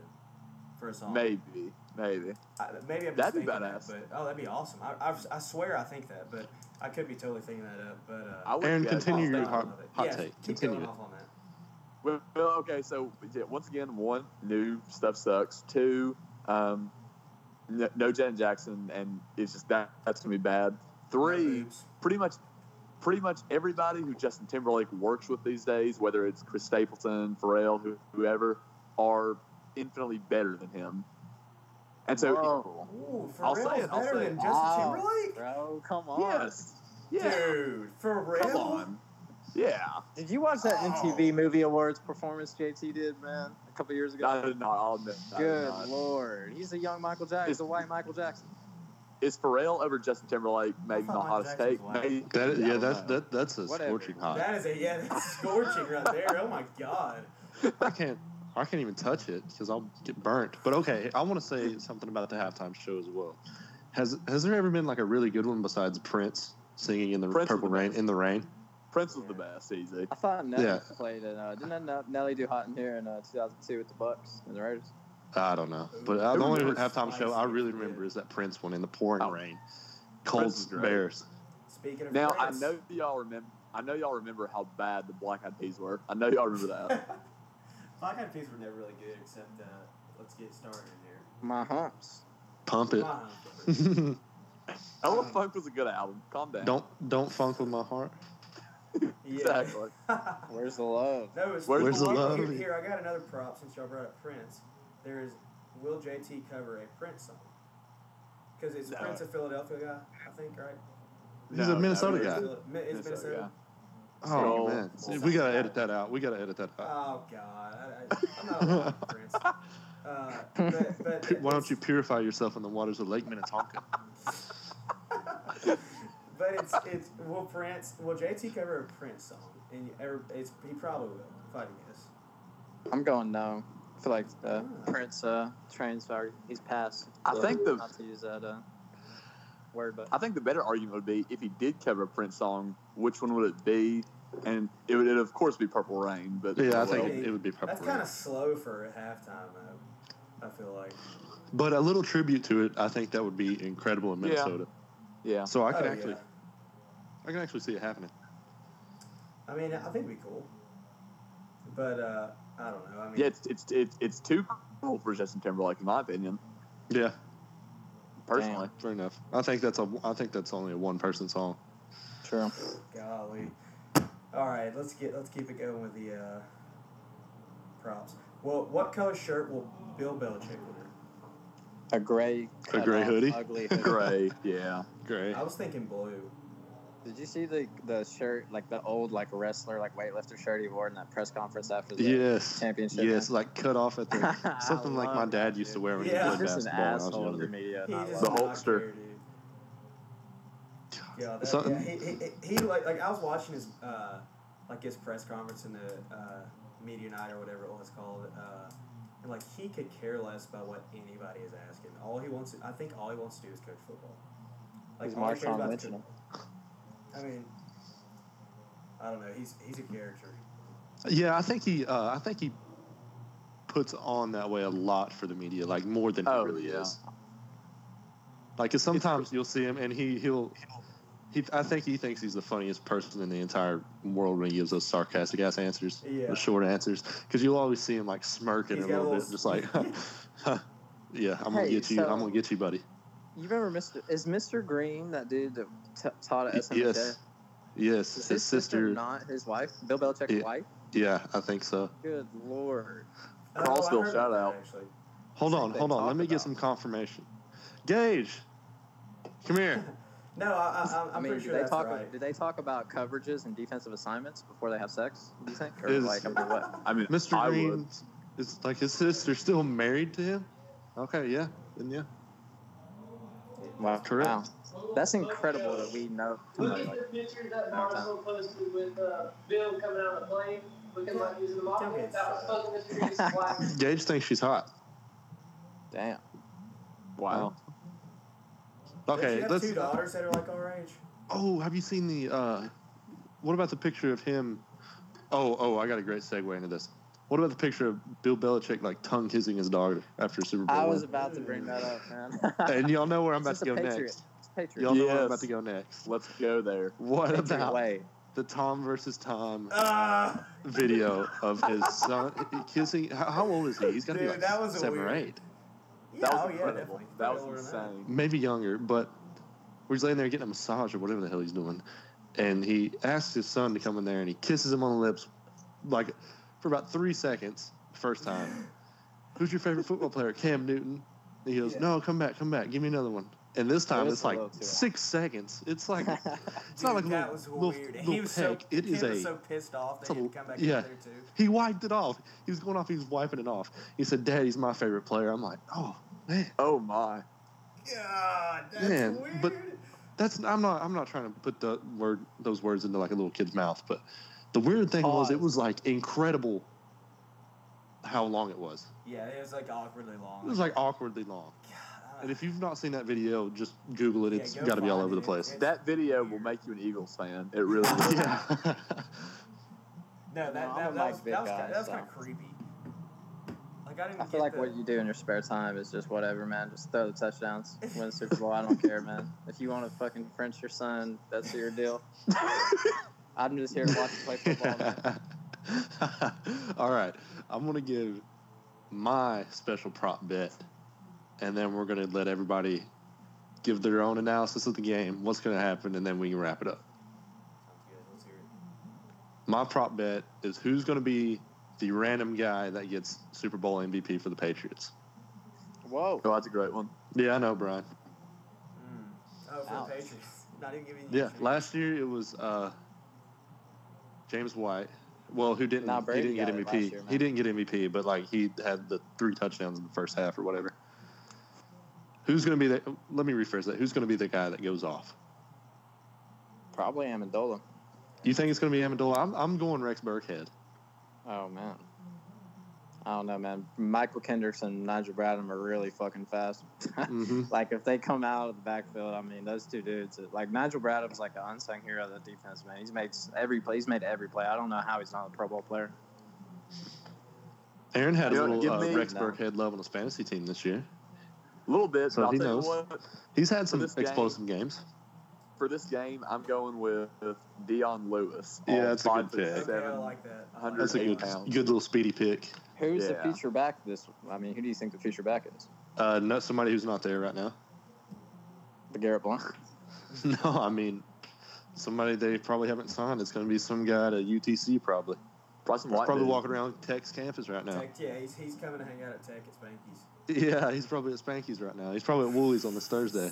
[SPEAKER 4] for a song.
[SPEAKER 6] Maybe, maybe.
[SPEAKER 4] I, maybe I'm just
[SPEAKER 6] That'd be
[SPEAKER 4] thinking
[SPEAKER 6] badass.
[SPEAKER 4] That, but oh, that'd be awesome. I, I've- I, swear I think that, but I could be totally thinking that up. But uh,
[SPEAKER 6] I would
[SPEAKER 3] Aaron,
[SPEAKER 6] yeah,
[SPEAKER 3] continue
[SPEAKER 6] I'd
[SPEAKER 3] your
[SPEAKER 6] say-
[SPEAKER 3] hot-
[SPEAKER 4] love it.
[SPEAKER 3] hot
[SPEAKER 4] Yeah,
[SPEAKER 3] take.
[SPEAKER 4] Keep
[SPEAKER 3] Continue
[SPEAKER 4] going
[SPEAKER 3] it.
[SPEAKER 4] off on that.
[SPEAKER 6] Well, okay, so yeah, once again, one new stuff sucks. Two, um, no, no Janet Jackson, and it's just that that's gonna be bad. Three,
[SPEAKER 4] Boobs.
[SPEAKER 6] pretty much, pretty much everybody who Justin Timberlake works with these days, whether it's Chris Stapleton, Pharrell, who- whoever, are infinitely better than him. And so,
[SPEAKER 5] Whoa,
[SPEAKER 4] Ooh, for
[SPEAKER 6] I'll
[SPEAKER 4] real,
[SPEAKER 6] say it,
[SPEAKER 4] is
[SPEAKER 6] I'll
[SPEAKER 4] better
[SPEAKER 6] say
[SPEAKER 4] than
[SPEAKER 6] it.
[SPEAKER 4] Justin
[SPEAKER 5] Wow.
[SPEAKER 4] Timberlake.
[SPEAKER 5] bro, come on.
[SPEAKER 6] yes, yeah,
[SPEAKER 4] Dude, for real?
[SPEAKER 6] come on, yeah.
[SPEAKER 5] Did you watch that MTV Movie Awards performance JT did, man, a couple years ago?
[SPEAKER 6] I did not. I'll admit, I did
[SPEAKER 5] Good
[SPEAKER 6] not.
[SPEAKER 5] lord, he's a young Michael Jackson, he's
[SPEAKER 6] Is-
[SPEAKER 5] a white Michael Jackson.
[SPEAKER 6] Is Pharrell over Justin Timberlake maybe
[SPEAKER 4] thought
[SPEAKER 6] not
[SPEAKER 4] Michael
[SPEAKER 6] hottest
[SPEAKER 4] Jackson's
[SPEAKER 6] take?
[SPEAKER 4] white.
[SPEAKER 6] Maybe-
[SPEAKER 3] That is,
[SPEAKER 6] I
[SPEAKER 3] yeah,
[SPEAKER 6] don't
[SPEAKER 3] that's
[SPEAKER 6] know.
[SPEAKER 3] that that's a
[SPEAKER 5] Whatever.
[SPEAKER 3] scorching hot.
[SPEAKER 4] That is a yeah, that's scorching right there. Oh my god.
[SPEAKER 3] I can't I can't even touch it because I'll get burnt. But okay, I want to say something about the halftime show as well. Has has there ever been like a really good one besides Prince singing in the
[SPEAKER 6] Prince is
[SPEAKER 3] Purple
[SPEAKER 6] the
[SPEAKER 3] Rain
[SPEAKER 6] best.
[SPEAKER 3] in the rain?
[SPEAKER 6] Prince was the best, easy.
[SPEAKER 5] I thought Nelly
[SPEAKER 3] Yeah.
[SPEAKER 5] played in. Uh, didn't Ne- Nelly do Hot in Here in uh, 2002 with the Bucks and the Raiders?
[SPEAKER 3] I don't know, but uh,
[SPEAKER 6] It
[SPEAKER 3] the
[SPEAKER 6] was
[SPEAKER 3] only
[SPEAKER 6] really
[SPEAKER 3] halftime show I
[SPEAKER 4] spicy,
[SPEAKER 3] really
[SPEAKER 4] yeah.
[SPEAKER 3] remember is that Prince one in the pouring
[SPEAKER 6] Oh.
[SPEAKER 3] rain.
[SPEAKER 6] Prince
[SPEAKER 3] Colts
[SPEAKER 6] is great.
[SPEAKER 3] Bears.
[SPEAKER 4] Speaking of
[SPEAKER 6] Now I
[SPEAKER 4] France,
[SPEAKER 6] know y'all remember. I know y'all remember how bad the Black Eyed Peas were. I know y'all remember that.
[SPEAKER 4] Black Eyed Peas were never really good except uh, let's get started in
[SPEAKER 5] My humps.
[SPEAKER 3] Pump
[SPEAKER 4] here.
[SPEAKER 3] it.
[SPEAKER 4] Wow.
[SPEAKER 6] Ella Funk was a good album. Calm down.
[SPEAKER 3] don't don't funk with my heart.
[SPEAKER 4] Yeah.
[SPEAKER 6] Exactly.
[SPEAKER 5] Where's the love?
[SPEAKER 4] No, it's
[SPEAKER 6] Where's
[SPEAKER 3] the
[SPEAKER 4] here-
[SPEAKER 3] love?
[SPEAKER 4] Here, here, I got another prop since y'all brought up Prince. There is Will JT cover a Prince song? Because it's
[SPEAKER 6] No.
[SPEAKER 4] Prince of Philadelphia guy, I think, right?
[SPEAKER 3] He's a Minnesota
[SPEAKER 6] no,
[SPEAKER 3] guy.
[SPEAKER 4] Phila- Mi- Is
[SPEAKER 6] Minnesota
[SPEAKER 4] Minnesota?
[SPEAKER 6] guy.
[SPEAKER 3] Oh
[SPEAKER 6] So-
[SPEAKER 3] man, we gotta edit that out. We gotta edit that
[SPEAKER 6] Uh,
[SPEAKER 3] out.
[SPEAKER 4] Oh God, I, I, I'm not allowed to Prince. Uh, but, but
[SPEAKER 3] Pu- Why don't you purify yourself in the waters of Lake Minnetonka?
[SPEAKER 4] But it's it's will Prince will JT cover a Prince song and every- it's he probably will if I had to guess.
[SPEAKER 5] I'm going no. I feel like uh,
[SPEAKER 4] Ah.
[SPEAKER 5] Prince uh, train's already he's passed.
[SPEAKER 6] I
[SPEAKER 5] So,
[SPEAKER 6] think the-
[SPEAKER 5] not to use that uh, word, but
[SPEAKER 6] I think the better argument would be if he did cover a Prince song, which one would it be? And it would, it'd of course be Purple Rain. But
[SPEAKER 3] Yeah, I
[SPEAKER 4] Well,
[SPEAKER 3] think it, it would be
[SPEAKER 4] That's
[SPEAKER 3] Purple
[SPEAKER 4] kind
[SPEAKER 3] Rain.
[SPEAKER 4] of slow for a halftime though. I feel like
[SPEAKER 3] But a little tribute to it, I think that would be incredible in
[SPEAKER 6] Yeah.
[SPEAKER 3] Minnesota.
[SPEAKER 6] yeah.
[SPEAKER 3] So I
[SPEAKER 4] Oh,
[SPEAKER 3] could
[SPEAKER 4] yeah.
[SPEAKER 3] actually, I can actually see it happening.
[SPEAKER 4] I mean, I think it'd be cool. But uh, I don't know. I mean,
[SPEAKER 6] Yeah, it's it's it's, it's too cool for Justin Timberlake in my opinion,
[SPEAKER 3] Yeah,
[SPEAKER 6] personally.
[SPEAKER 3] fair enough. I think that's a, I think that's only a one person song.
[SPEAKER 5] true.
[SPEAKER 4] golly. All right, let's get let's keep it going with the uh, props. Well, what color shirt will Bill Belichick wear?
[SPEAKER 5] A gray,
[SPEAKER 3] A gray
[SPEAKER 5] cut-off,
[SPEAKER 3] hoodie?
[SPEAKER 5] ugly hoodie.
[SPEAKER 6] Gray, yeah.
[SPEAKER 3] Great.
[SPEAKER 4] I was thinking blue.
[SPEAKER 5] Did you see the the shirt, like the old like wrestler, like weightlifter shirt he wore in that press conference after the
[SPEAKER 3] Yes.
[SPEAKER 5] championship?
[SPEAKER 3] Yes, like cut off at the
[SPEAKER 5] I
[SPEAKER 3] something like my
[SPEAKER 5] love
[SPEAKER 3] dad
[SPEAKER 5] that,
[SPEAKER 3] used to
[SPEAKER 5] dude.
[SPEAKER 3] wear when
[SPEAKER 4] Yeah.
[SPEAKER 3] he
[SPEAKER 5] He's
[SPEAKER 3] played
[SPEAKER 5] just an
[SPEAKER 3] basketball when I was
[SPEAKER 5] asshole to the
[SPEAKER 3] younger.
[SPEAKER 5] media.
[SPEAKER 4] He
[SPEAKER 5] and I
[SPEAKER 4] does
[SPEAKER 5] love
[SPEAKER 6] The
[SPEAKER 5] it.
[SPEAKER 4] not
[SPEAKER 6] Hulkster.
[SPEAKER 4] care, dude. Yeah, that,
[SPEAKER 3] So-
[SPEAKER 4] yeah he, he, he, he like, like I was watching his uh, like his press conference in the uh, media night or whatever it was called, uh, and like he could care less about what anybody is asking. All he wants, to, I think, all he wants to do is coach football. Like
[SPEAKER 5] He's
[SPEAKER 4] all he cares
[SPEAKER 5] Marshawn
[SPEAKER 4] about
[SPEAKER 5] Lynch
[SPEAKER 4] is
[SPEAKER 5] and
[SPEAKER 4] coach- I mean, I don't know. He's he's a character.
[SPEAKER 3] Yeah, I think he uh, I think he puts on that way a lot for the media, like more than
[SPEAKER 6] Oh,
[SPEAKER 3] he really
[SPEAKER 6] yeah.
[SPEAKER 3] is. Like, 'cause sometimes you'll see him and he he'll. He, I think he thinks he's the funniest person in the entire world when he gives those sarcastic ass answers,
[SPEAKER 4] Yeah.
[SPEAKER 3] or short answers, because you'll always see him like smirking
[SPEAKER 4] He's
[SPEAKER 3] a
[SPEAKER 4] got a
[SPEAKER 3] little bit,
[SPEAKER 4] little-
[SPEAKER 3] just like, "Yeah, I'm gonna
[SPEAKER 5] Hey,
[SPEAKER 3] get you,
[SPEAKER 5] so-
[SPEAKER 3] I'm gonna get you, buddy."
[SPEAKER 5] You remember Mr. Is Mr. Green that dude that t- taught at SMJ?
[SPEAKER 3] Yes, yes,
[SPEAKER 5] Is
[SPEAKER 3] his,
[SPEAKER 5] his sister
[SPEAKER 3] sister.
[SPEAKER 5] not his wife? Bill Belichick's
[SPEAKER 3] Yeah.
[SPEAKER 5] wife?
[SPEAKER 3] yeah, I think so.
[SPEAKER 5] Good lord.
[SPEAKER 4] I don't know, Uh, I
[SPEAKER 6] Crossville,
[SPEAKER 4] heard
[SPEAKER 6] shout
[SPEAKER 4] about
[SPEAKER 6] out.
[SPEAKER 4] that, Actually,
[SPEAKER 3] Hold
[SPEAKER 5] Same
[SPEAKER 3] on,
[SPEAKER 5] thing
[SPEAKER 3] hold on.
[SPEAKER 5] talked
[SPEAKER 3] Let me get
[SPEAKER 5] about.
[SPEAKER 3] some confirmation. Gage, come here.
[SPEAKER 4] no, I, I, I'm, I'm
[SPEAKER 5] I mean,
[SPEAKER 4] pretty sure
[SPEAKER 5] do they
[SPEAKER 4] that's
[SPEAKER 5] talk?
[SPEAKER 4] right.
[SPEAKER 5] Do they talk about coverages and defensive assignments before they have sex? Do you think, or
[SPEAKER 3] Is-
[SPEAKER 5] like over what?
[SPEAKER 6] I mean,
[SPEAKER 3] Mr.
[SPEAKER 6] I
[SPEAKER 3] Green
[SPEAKER 6] would.
[SPEAKER 3] is like his sister still married to him. Okay, yeah, then yeah.
[SPEAKER 5] Wow,
[SPEAKER 3] Correct.
[SPEAKER 5] That's incredible that we know.
[SPEAKER 7] Look at the picture that Marshall posted with uh, Bill coming out of the plane looking like he was in the model.
[SPEAKER 4] Okay.
[SPEAKER 7] That was fucking Mr. Green's wife.
[SPEAKER 3] Gage thinks she's hot.
[SPEAKER 5] Damn.
[SPEAKER 6] Wow.
[SPEAKER 4] Don't you
[SPEAKER 3] Okay,
[SPEAKER 4] have
[SPEAKER 3] let's.
[SPEAKER 4] two daughters that are like our age.
[SPEAKER 3] Oh, have you seen the? uh What about the picture of him? Oh, oh, I got a great segue into this. What about the picture of Bill Belichick like tongue kissing his daughter after Super Bowl?
[SPEAKER 5] I
[SPEAKER 3] win?
[SPEAKER 5] was about to bring that up, man.
[SPEAKER 3] and y'all know where I'm about
[SPEAKER 5] It's
[SPEAKER 3] to go
[SPEAKER 5] a Patriot.
[SPEAKER 3] next.
[SPEAKER 5] It's a Patriot.
[SPEAKER 3] Y'all know where I'm
[SPEAKER 6] Yes.
[SPEAKER 3] about to go next.
[SPEAKER 6] Let's go there.
[SPEAKER 3] What
[SPEAKER 5] Patriot
[SPEAKER 3] about
[SPEAKER 5] way.
[SPEAKER 3] the Tom versus Tom
[SPEAKER 4] Uh,
[SPEAKER 3] video of his son kissing? How, how old is he? He's got to be
[SPEAKER 4] Dude,
[SPEAKER 3] like
[SPEAKER 4] that was a
[SPEAKER 3] seven or
[SPEAKER 4] weird-
[SPEAKER 3] eight.
[SPEAKER 4] yeah,
[SPEAKER 6] That
[SPEAKER 4] oh,
[SPEAKER 6] was
[SPEAKER 4] yeah,
[SPEAKER 6] incredible.
[SPEAKER 4] definitely.
[SPEAKER 6] that
[SPEAKER 4] Older
[SPEAKER 6] was
[SPEAKER 4] than that.
[SPEAKER 6] insane.
[SPEAKER 3] maybe younger, but we're just laying there getting a massage or whatever the hell he's doing. And he asks his son to come in there and he kisses him on the lips like for about three seconds, first time. Who's your favorite football player? Cam Newton. And he goes,
[SPEAKER 4] Yeah.
[SPEAKER 3] No, come back, come back, give me another one. And this time
[SPEAKER 5] was
[SPEAKER 3] it's
[SPEAKER 5] a
[SPEAKER 3] like
[SPEAKER 5] little too long.
[SPEAKER 3] six seconds. It's like it's
[SPEAKER 4] Dude,
[SPEAKER 3] not like a
[SPEAKER 4] that
[SPEAKER 3] little,
[SPEAKER 4] was
[SPEAKER 3] little,
[SPEAKER 4] weird.
[SPEAKER 3] little
[SPEAKER 4] he was
[SPEAKER 3] peck.
[SPEAKER 4] so
[SPEAKER 3] it
[SPEAKER 4] Tim
[SPEAKER 3] is a
[SPEAKER 4] was so pissed off
[SPEAKER 3] it's
[SPEAKER 4] that he
[SPEAKER 3] a
[SPEAKER 4] didn't
[SPEAKER 3] l-
[SPEAKER 4] come back
[SPEAKER 3] yeah.
[SPEAKER 4] in there too.
[SPEAKER 3] he wiped it off. He was going off, he was wiping it off. He said, Dad, he's my favorite player. I'm like, Oh man.
[SPEAKER 6] Oh my.
[SPEAKER 4] God, that's
[SPEAKER 3] Man,
[SPEAKER 4] weird.
[SPEAKER 3] but- That's I'm not I'm not trying to put the word those words into like a little kid's mouth, but the weird thing was it
[SPEAKER 5] Pause.
[SPEAKER 3] was like incredible how long it was.
[SPEAKER 4] yeah, it was like awkwardly long.
[SPEAKER 3] It was like awkwardly long.
[SPEAKER 4] God,
[SPEAKER 3] And if you've not seen that video, just Google it.
[SPEAKER 4] Yeah,
[SPEAKER 3] It's
[SPEAKER 4] go
[SPEAKER 3] got to be all
[SPEAKER 4] find
[SPEAKER 3] over the
[SPEAKER 4] it.
[SPEAKER 3] place.
[SPEAKER 6] That video will make you an Eagles fan. It really will.
[SPEAKER 3] yeah.
[SPEAKER 4] no, that,
[SPEAKER 5] No, I'm
[SPEAKER 4] that,
[SPEAKER 5] a
[SPEAKER 4] that
[SPEAKER 5] Mike
[SPEAKER 4] was
[SPEAKER 5] Vick
[SPEAKER 4] that was,
[SPEAKER 5] guy,
[SPEAKER 4] kind of, that was
[SPEAKER 5] so.
[SPEAKER 4] kind of creepy. Like I didn't.
[SPEAKER 5] I
[SPEAKER 4] get
[SPEAKER 5] feel like
[SPEAKER 4] the,
[SPEAKER 5] what you do in your spare time is just whatever, man. Just throw the touchdowns, win the Super Bowl. I don't care, man. If you want to fucking French your son, that's your deal. I'm just here to watch you play football, man.
[SPEAKER 3] all right. I'm going to give my special prop bet, and then we're going to let everybody give their own analysis of the game, what's going to happen, and then we can wrap it up.
[SPEAKER 4] Sounds good, let's hear it.
[SPEAKER 3] My prop bet is who's going to be the random guy that gets Super Bowl MVP for the Patriots.
[SPEAKER 5] Whoa.
[SPEAKER 6] Oh, that's a great one.
[SPEAKER 3] Yeah, I know, Brian.
[SPEAKER 4] Mm. Oh, for
[SPEAKER 5] Ouch.
[SPEAKER 4] the Patriots, not even giving you.
[SPEAKER 3] Yeah,
[SPEAKER 4] a chance.
[SPEAKER 3] last year it was uh, James White. Well, who didn't?
[SPEAKER 5] Nah,
[SPEAKER 3] he
[SPEAKER 5] Brady
[SPEAKER 3] didn't get
[SPEAKER 5] got it
[SPEAKER 3] MVP.
[SPEAKER 5] last year, man.
[SPEAKER 3] he didn't get MVP, but like he had the three touchdowns in the first half or whatever. Who's going to be the? Let me rephrase that. Who's going to be the guy that goes off?
[SPEAKER 5] Probably Amendola.
[SPEAKER 3] You think it's going to be Amendola? I'm, I'm going Rex Burkhead.
[SPEAKER 5] Oh man. I don't know, man. Michael Kenderson and Nigel Bradham are really fucking fast.
[SPEAKER 3] Mhm.
[SPEAKER 5] like if they come out of the backfield, I mean, those two dudes. Like Nigel Bradham's like an unsung hero of the defense, man. He's made s- every play. He's made every play. I don't know how he's not a Pro Bowl player.
[SPEAKER 3] Aaron had a
[SPEAKER 6] You know,
[SPEAKER 3] little
[SPEAKER 6] give
[SPEAKER 3] uh,
[SPEAKER 6] me-
[SPEAKER 3] Rex
[SPEAKER 5] No.
[SPEAKER 3] Burkhead love on his fantasy team this year.
[SPEAKER 6] A little bit,
[SPEAKER 3] So
[SPEAKER 6] but I'll
[SPEAKER 3] he
[SPEAKER 6] tell you
[SPEAKER 3] knows.
[SPEAKER 6] what.
[SPEAKER 3] He's had some
[SPEAKER 6] this game-
[SPEAKER 3] explosive games.
[SPEAKER 6] For this game, I'm going with Dion Lewis.
[SPEAKER 3] Yeah,
[SPEAKER 6] All
[SPEAKER 3] that's a good
[SPEAKER 6] five foot
[SPEAKER 3] pick.
[SPEAKER 4] Okay, I
[SPEAKER 6] seven.
[SPEAKER 4] like that. I like
[SPEAKER 6] hundred
[SPEAKER 3] That's a
[SPEAKER 4] that.
[SPEAKER 3] good,
[SPEAKER 6] pounds.
[SPEAKER 3] good little speedy pick.
[SPEAKER 5] Who's the
[SPEAKER 6] Yeah.
[SPEAKER 5] future back? This, I mean, who do you think the future back is?
[SPEAKER 3] Uh, not somebody who's not there right now.
[SPEAKER 5] The Garrett Blunt.
[SPEAKER 3] No, I mean somebody they probably haven't signed. It's going to be some guy at a UTC probably.
[SPEAKER 6] Probably some
[SPEAKER 3] He's
[SPEAKER 6] white
[SPEAKER 3] probably
[SPEAKER 6] dude.
[SPEAKER 3] walking around Tech's campus right now.
[SPEAKER 4] Tech, yeah, he's, he's coming to hang out at Tech at Spanky's.
[SPEAKER 3] Yeah, he's probably at Spanky's right now. He's probably at Woolies on this Thursday.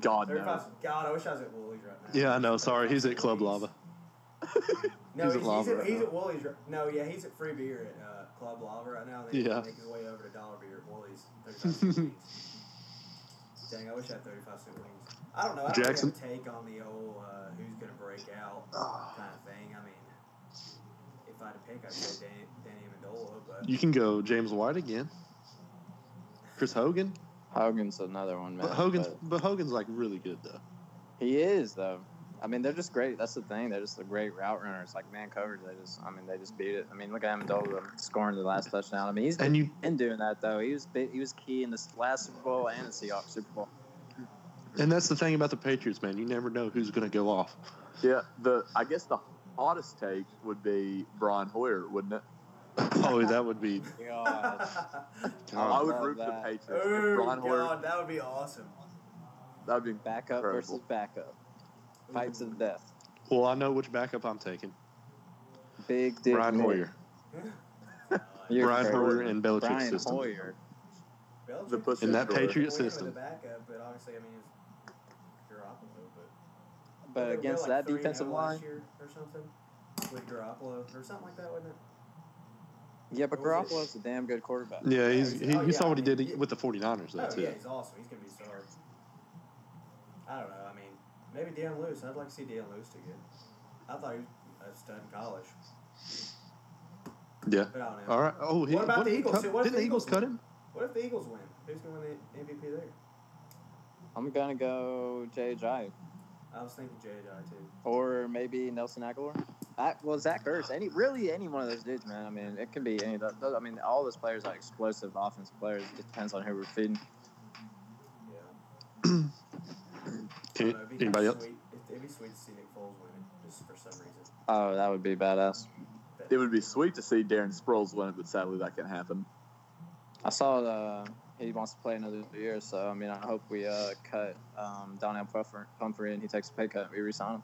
[SPEAKER 6] God no.
[SPEAKER 4] 35's God, I wish I was at Woolies right now.
[SPEAKER 3] Yeah, I know. Sorry, he's at Club Lava.
[SPEAKER 4] No,
[SPEAKER 3] He's
[SPEAKER 4] he's,
[SPEAKER 3] at
[SPEAKER 4] he's,
[SPEAKER 3] Lava
[SPEAKER 4] at,
[SPEAKER 3] right
[SPEAKER 4] he's
[SPEAKER 3] now.
[SPEAKER 4] at Woolies. Right, no, yeah, he's at Free Beer at uh, Club Lava right now. And then
[SPEAKER 3] Yeah.
[SPEAKER 4] yeah. make his way over to Dollar Beer at Woolies. 35 cent wings. Dang, I wish I had 35 cent wings. I don't know. I don't
[SPEAKER 3] Jackson? Ah.
[SPEAKER 4] really have a take on the old uh, who's going to break out kind of thing. I mean, if I had to pick, I'd say Danny, Danny Amendola, but
[SPEAKER 3] You can go James White again. Chris Hogan,
[SPEAKER 5] Hogan's another one, man.
[SPEAKER 3] but Hogan's
[SPEAKER 5] but
[SPEAKER 3] but Hogan's like really good though.
[SPEAKER 5] he is though. I mean, they're just great. That's the thing. They're just the great route runners. Like man coverage, they just. I mean, they just beat it. I mean, look at Amendola scoring the last touchdown. I mean, he's
[SPEAKER 3] And you
[SPEAKER 5] been doing that though. He was big, he was key in this last Super Bowl and the Seahawks Super Bowl.
[SPEAKER 3] and that's the thing about the Patriots, man. You never know who's gonna go off.
[SPEAKER 6] Yeah, the I guess the hottest take would be Brian Hoyer, wouldn't it?
[SPEAKER 3] oh, that would be.
[SPEAKER 5] God.
[SPEAKER 3] Oh,
[SPEAKER 6] I would
[SPEAKER 5] love
[SPEAKER 6] root
[SPEAKER 5] that.
[SPEAKER 6] for the Patriots.
[SPEAKER 4] oh,
[SPEAKER 6] if Brian Hoyer,
[SPEAKER 4] God, that would be awesome.
[SPEAKER 6] that'd be
[SPEAKER 5] Backup
[SPEAKER 6] incredible.
[SPEAKER 5] versus backup. Fight to the death.
[SPEAKER 3] Well, I know which backup I'm taking.
[SPEAKER 5] Big dick.
[SPEAKER 3] Brian
[SPEAKER 5] Nick.
[SPEAKER 3] Hoyer,
[SPEAKER 4] Uh,
[SPEAKER 5] You're
[SPEAKER 3] Brian
[SPEAKER 5] crazy.
[SPEAKER 3] Hoyer, and Belichick's
[SPEAKER 5] Brian
[SPEAKER 3] system.
[SPEAKER 5] Hoyer.
[SPEAKER 4] Belichick-
[SPEAKER 6] The pussy
[SPEAKER 3] In that
[SPEAKER 6] destroyer.
[SPEAKER 3] Patriot
[SPEAKER 4] Well, you know,
[SPEAKER 3] system.
[SPEAKER 4] The backup, but obviously, I mean, it's Garoppolo, but.
[SPEAKER 5] But
[SPEAKER 4] They were
[SPEAKER 5] against
[SPEAKER 4] like
[SPEAKER 5] that
[SPEAKER 4] 3-0
[SPEAKER 5] defensive
[SPEAKER 4] last
[SPEAKER 5] line,
[SPEAKER 4] year or something with Garoppolo or something like that, wasn't it?
[SPEAKER 5] yeah, but
[SPEAKER 4] What was it?
[SPEAKER 5] Garoppolo's a damn good quarterback.
[SPEAKER 3] Yeah, he's, he,
[SPEAKER 4] Oh,
[SPEAKER 3] you
[SPEAKER 4] yeah,
[SPEAKER 3] saw what
[SPEAKER 4] I
[SPEAKER 3] he did
[SPEAKER 4] mean,
[SPEAKER 3] with the 49ers, though,
[SPEAKER 4] oh
[SPEAKER 3] too.
[SPEAKER 4] yeah, he's awesome. He's gonna be star. I don't know. I mean, maybe Deion Lewis. I'd like to see Deion Lewis do good. I thought he was a stud in college,
[SPEAKER 3] Yeah.
[SPEAKER 4] but I don't know.
[SPEAKER 3] All right. Oh, he,
[SPEAKER 4] What about the
[SPEAKER 3] did he
[SPEAKER 4] Eagles?
[SPEAKER 3] cut-
[SPEAKER 4] Dude, what if
[SPEAKER 3] didn't the
[SPEAKER 4] the
[SPEAKER 3] Eagles
[SPEAKER 4] Eagles
[SPEAKER 3] cut
[SPEAKER 4] win?
[SPEAKER 3] him?
[SPEAKER 4] What if the Eagles win? Who's gonna win the MVP there?
[SPEAKER 5] I'm gonna go JJ
[SPEAKER 4] I was thinking Jedi too.
[SPEAKER 5] or maybe Nelson Aguilar. I, well, Zach Ertz, any really any one of those dudes, man. I mean, it can be any. of those- I mean, all those players are explosive offense players. It just depends on who we're feeding.
[SPEAKER 4] Yeah. I
[SPEAKER 3] Any-
[SPEAKER 4] don't know, it'd be
[SPEAKER 3] Anybody
[SPEAKER 4] kinda
[SPEAKER 3] else?
[SPEAKER 4] Sweet. It'd, it'd be sweet to see Nick Foles win it just for some reason.
[SPEAKER 5] Oh, that would be badass.
[SPEAKER 4] But
[SPEAKER 6] It would be sweet to see Darren Sproles win it, but sadly that can't happen.
[SPEAKER 5] I saw the, he wants to play another year, so I mean, I hope we uh, cut um, Donnell Puffer, Pumphrey and he takes a pay cut. We resign him.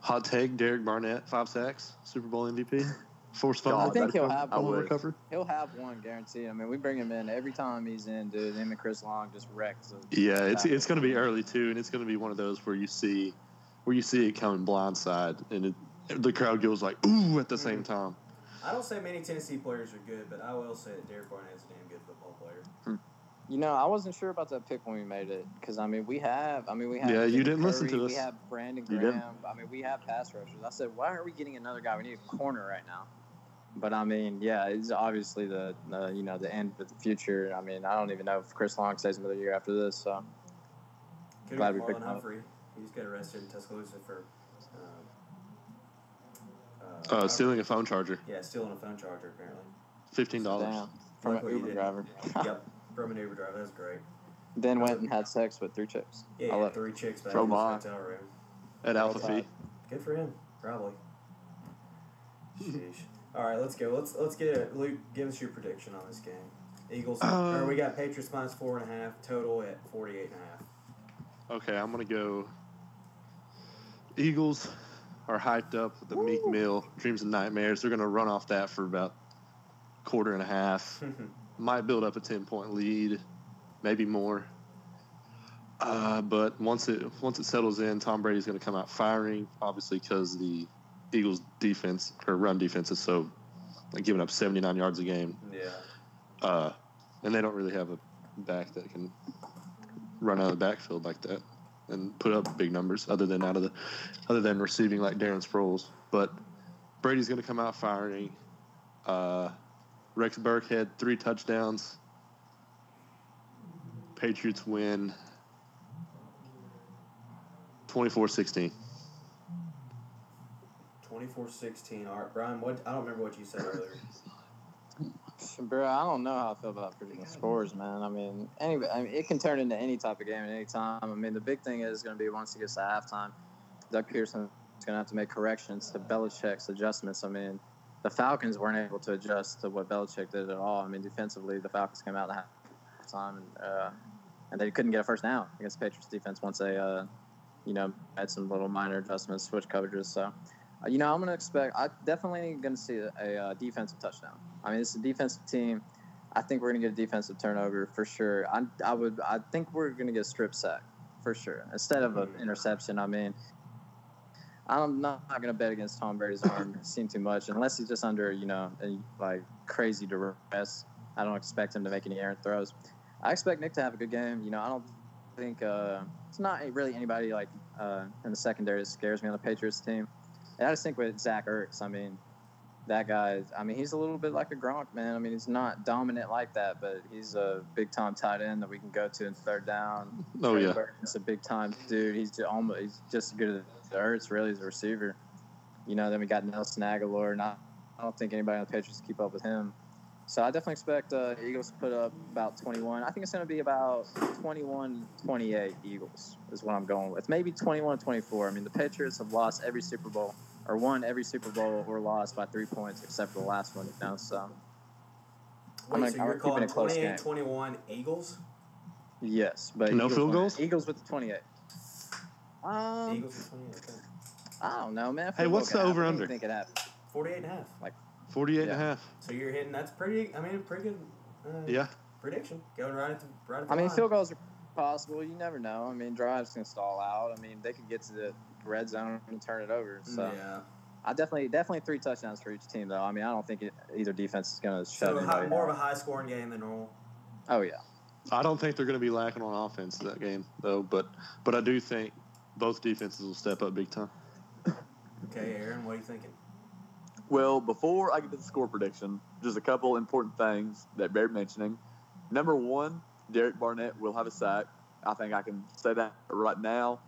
[SPEAKER 3] Hot take: Derek Barnett, five sacks, Super Bowl MVP, forced
[SPEAKER 6] God,
[SPEAKER 3] fumble.
[SPEAKER 5] I think he'll
[SPEAKER 3] fumble-
[SPEAKER 5] have
[SPEAKER 3] fumble
[SPEAKER 6] one.
[SPEAKER 3] recovery.
[SPEAKER 5] He'll have one guaranteed. I mean, we bring him in every time he's in, dude. Him and Chris Long just wrecks. the-
[SPEAKER 3] Yeah, it's it's going to be early too, and it's going to be one of those where you see where you see it coming blindside, and it, the crowd goes like ooh at the
[SPEAKER 4] Mm.
[SPEAKER 3] same time.
[SPEAKER 4] I don't say many Tennessee players are good, but I will say that Derek Barnett's a damn good football player.
[SPEAKER 5] You know, I wasn't sure about that pick when we made it because I mean, we have. I mean, we have.
[SPEAKER 3] Yeah, you
[SPEAKER 5] Jimmy
[SPEAKER 3] didn't listen
[SPEAKER 5] Curry,
[SPEAKER 3] to
[SPEAKER 5] We
[SPEAKER 3] us.
[SPEAKER 5] have Brandon
[SPEAKER 6] You
[SPEAKER 5] Graham.
[SPEAKER 6] didn't.
[SPEAKER 5] I mean, we have pass rushers. I said, why aren't we getting another guy? We need a corner right now. But I mean, yeah, it's obviously the, the you know the end of the future. I mean, I don't even know if Chris Long stays another year after this. So
[SPEAKER 4] Could
[SPEAKER 5] Glad
[SPEAKER 4] have
[SPEAKER 5] we
[SPEAKER 4] been
[SPEAKER 5] picked
[SPEAKER 4] Marlon
[SPEAKER 5] him up.
[SPEAKER 4] Humphrey. He just got arrested in Tuscaloosa for um, uh,
[SPEAKER 3] Uh, stealing a phone charger,
[SPEAKER 4] Yeah, stealing a phone charger apparently.
[SPEAKER 3] fifteen dollars.
[SPEAKER 5] damn, from an
[SPEAKER 4] Luckily he
[SPEAKER 5] Uber
[SPEAKER 4] didn't.
[SPEAKER 5] driver.
[SPEAKER 4] yep, from an Uber driver. That's great.
[SPEAKER 5] then went and had sex with three chicks.
[SPEAKER 4] Yeah,
[SPEAKER 5] I
[SPEAKER 4] he had
[SPEAKER 5] love it.
[SPEAKER 4] three chicks back
[SPEAKER 6] Oh,
[SPEAKER 4] in his
[SPEAKER 6] my.
[SPEAKER 4] hotel room.
[SPEAKER 3] at Alpha Phi.
[SPEAKER 4] Good for him, probably. Sheesh. All right, let's go. Let's let's get it. Luke, give us your prediction on this game. Eagles.
[SPEAKER 3] Um,
[SPEAKER 4] or we got Patriots minus four and a half total at forty-eight and a half.
[SPEAKER 3] Okay, I'm going to go. Eagles are hyped up with the Meek Mill dreams and nightmares. They're going to run off that for about quarter and a half. Might build up a ten point lead, maybe more. Uh, but once it once it settles in, Tom Brady's going to come out firing, obviously because the Eagles' defense or run defense is so like giving up 79 yards a game,
[SPEAKER 4] yeah.
[SPEAKER 3] uh, and they don't really have a back that can run out of the backfield like that and put up big numbers other than out of the other than receiving like Darren Sproles. But Brady's going to come out firing. Uh, Rex Burkhead three touchdowns. Patriots win 24-16.
[SPEAKER 4] 24-16. All right, Brian. What I don't remember what you said earlier.
[SPEAKER 5] Bro, I don't know how I feel about predicting scores, man. I mean, anyway, I mean, it can turn into any type of game at any time. I mean, the big thing is going to be once it gets to halftime, Doug Pearson is going to have to make corrections to Belichick's adjustments. I mean, the Falcons weren't able to adjust to what Belichick did at all. I mean, defensively, the Falcons came out at halftime and uh, and they couldn't get a first down against the Patriots defense once they, uh, you know, had some little minor adjustments, switch coverages. So Uh, You know, I'm gonna expect. I definitely gonna see a, a uh, defensive touchdown. I mean, it's a defensive team. I think we're gonna get a defensive turnover for sure. I, I would. I think we're gonna get a strip sack for sure instead of an interception. I mean, I'm not, not gonna bet against Tom Brady's arm. It seemed too much unless he's just under you know a, like crazy duress. I don't expect him to make any errant throws. I expect Nick to have a good game. You know, I don't think uh, it's not really anybody like uh, in the secondary that scares me on the Patriots team. And I just think with Zach Ertz, I mean, that guy. is- I mean, he's a little bit like a Gronk, man. I mean, he's not dominant like that, but he's a big time tight end that we can go to in third down.
[SPEAKER 3] Oh, yeah.
[SPEAKER 5] it's a big time dude. He's just almost he's just as good as Ertz really as a receiver. You know, then we got Nelson Aguilar, and I, I don't think anybody on the Patriots keep up with him. So I definitely expect uh, Eagles to put up about 21. I think it's going to be about 21 28 Eagles is what I'm going with. Maybe 21 24. I mean, the Patriots have lost every Super Bowl or won every Super Bowl or lost by three points except for the last one, you know. So,
[SPEAKER 4] Wait,
[SPEAKER 5] I'm gonna-
[SPEAKER 4] so
[SPEAKER 5] I'm
[SPEAKER 4] you're
[SPEAKER 5] gonna keep it
[SPEAKER 4] calling
[SPEAKER 5] a close game.
[SPEAKER 4] 28-21 Eagles?
[SPEAKER 5] yes, but
[SPEAKER 3] No
[SPEAKER 5] Eagles
[SPEAKER 3] field
[SPEAKER 5] won.
[SPEAKER 3] goals?
[SPEAKER 5] Eagles with the 28. Um,
[SPEAKER 4] Eagles are 28. okay.
[SPEAKER 5] I don't know, man.
[SPEAKER 3] Hey, what's
[SPEAKER 5] Football
[SPEAKER 3] the
[SPEAKER 5] can happen.
[SPEAKER 3] over-under?
[SPEAKER 5] I think it happened.
[SPEAKER 4] 48 and a half.
[SPEAKER 3] 48 and
[SPEAKER 5] Yeah.
[SPEAKER 3] a half.
[SPEAKER 4] So you're hitting. That's pretty. I mean, pretty good. Uh,
[SPEAKER 3] Yeah.
[SPEAKER 4] Prediction. Going right at the right at the
[SPEAKER 5] I mean,
[SPEAKER 4] line.
[SPEAKER 5] field goals are possible. You never know. I mean, drives can stall out. I mean, they could get to the red zone and turn it over. So.
[SPEAKER 3] Mm.
[SPEAKER 4] Yeah.
[SPEAKER 5] I definitely definitely three touchdowns for each team though. I mean, I don't think it, either defense is going to shut
[SPEAKER 4] So a high,
[SPEAKER 5] anybody
[SPEAKER 4] more
[SPEAKER 5] out.
[SPEAKER 4] of a high scoring game than normal.
[SPEAKER 5] oh yeah,
[SPEAKER 3] I don't think they're going to be lacking on offense that game though, but but I do think both defenses will step up big time.
[SPEAKER 4] Okay, Aaron, what are you thinking?
[SPEAKER 6] Well, before I get to the score prediction, just a couple important things that bear mentioning. Number one, Derek Barnett will have a sack. I think I can say that right now.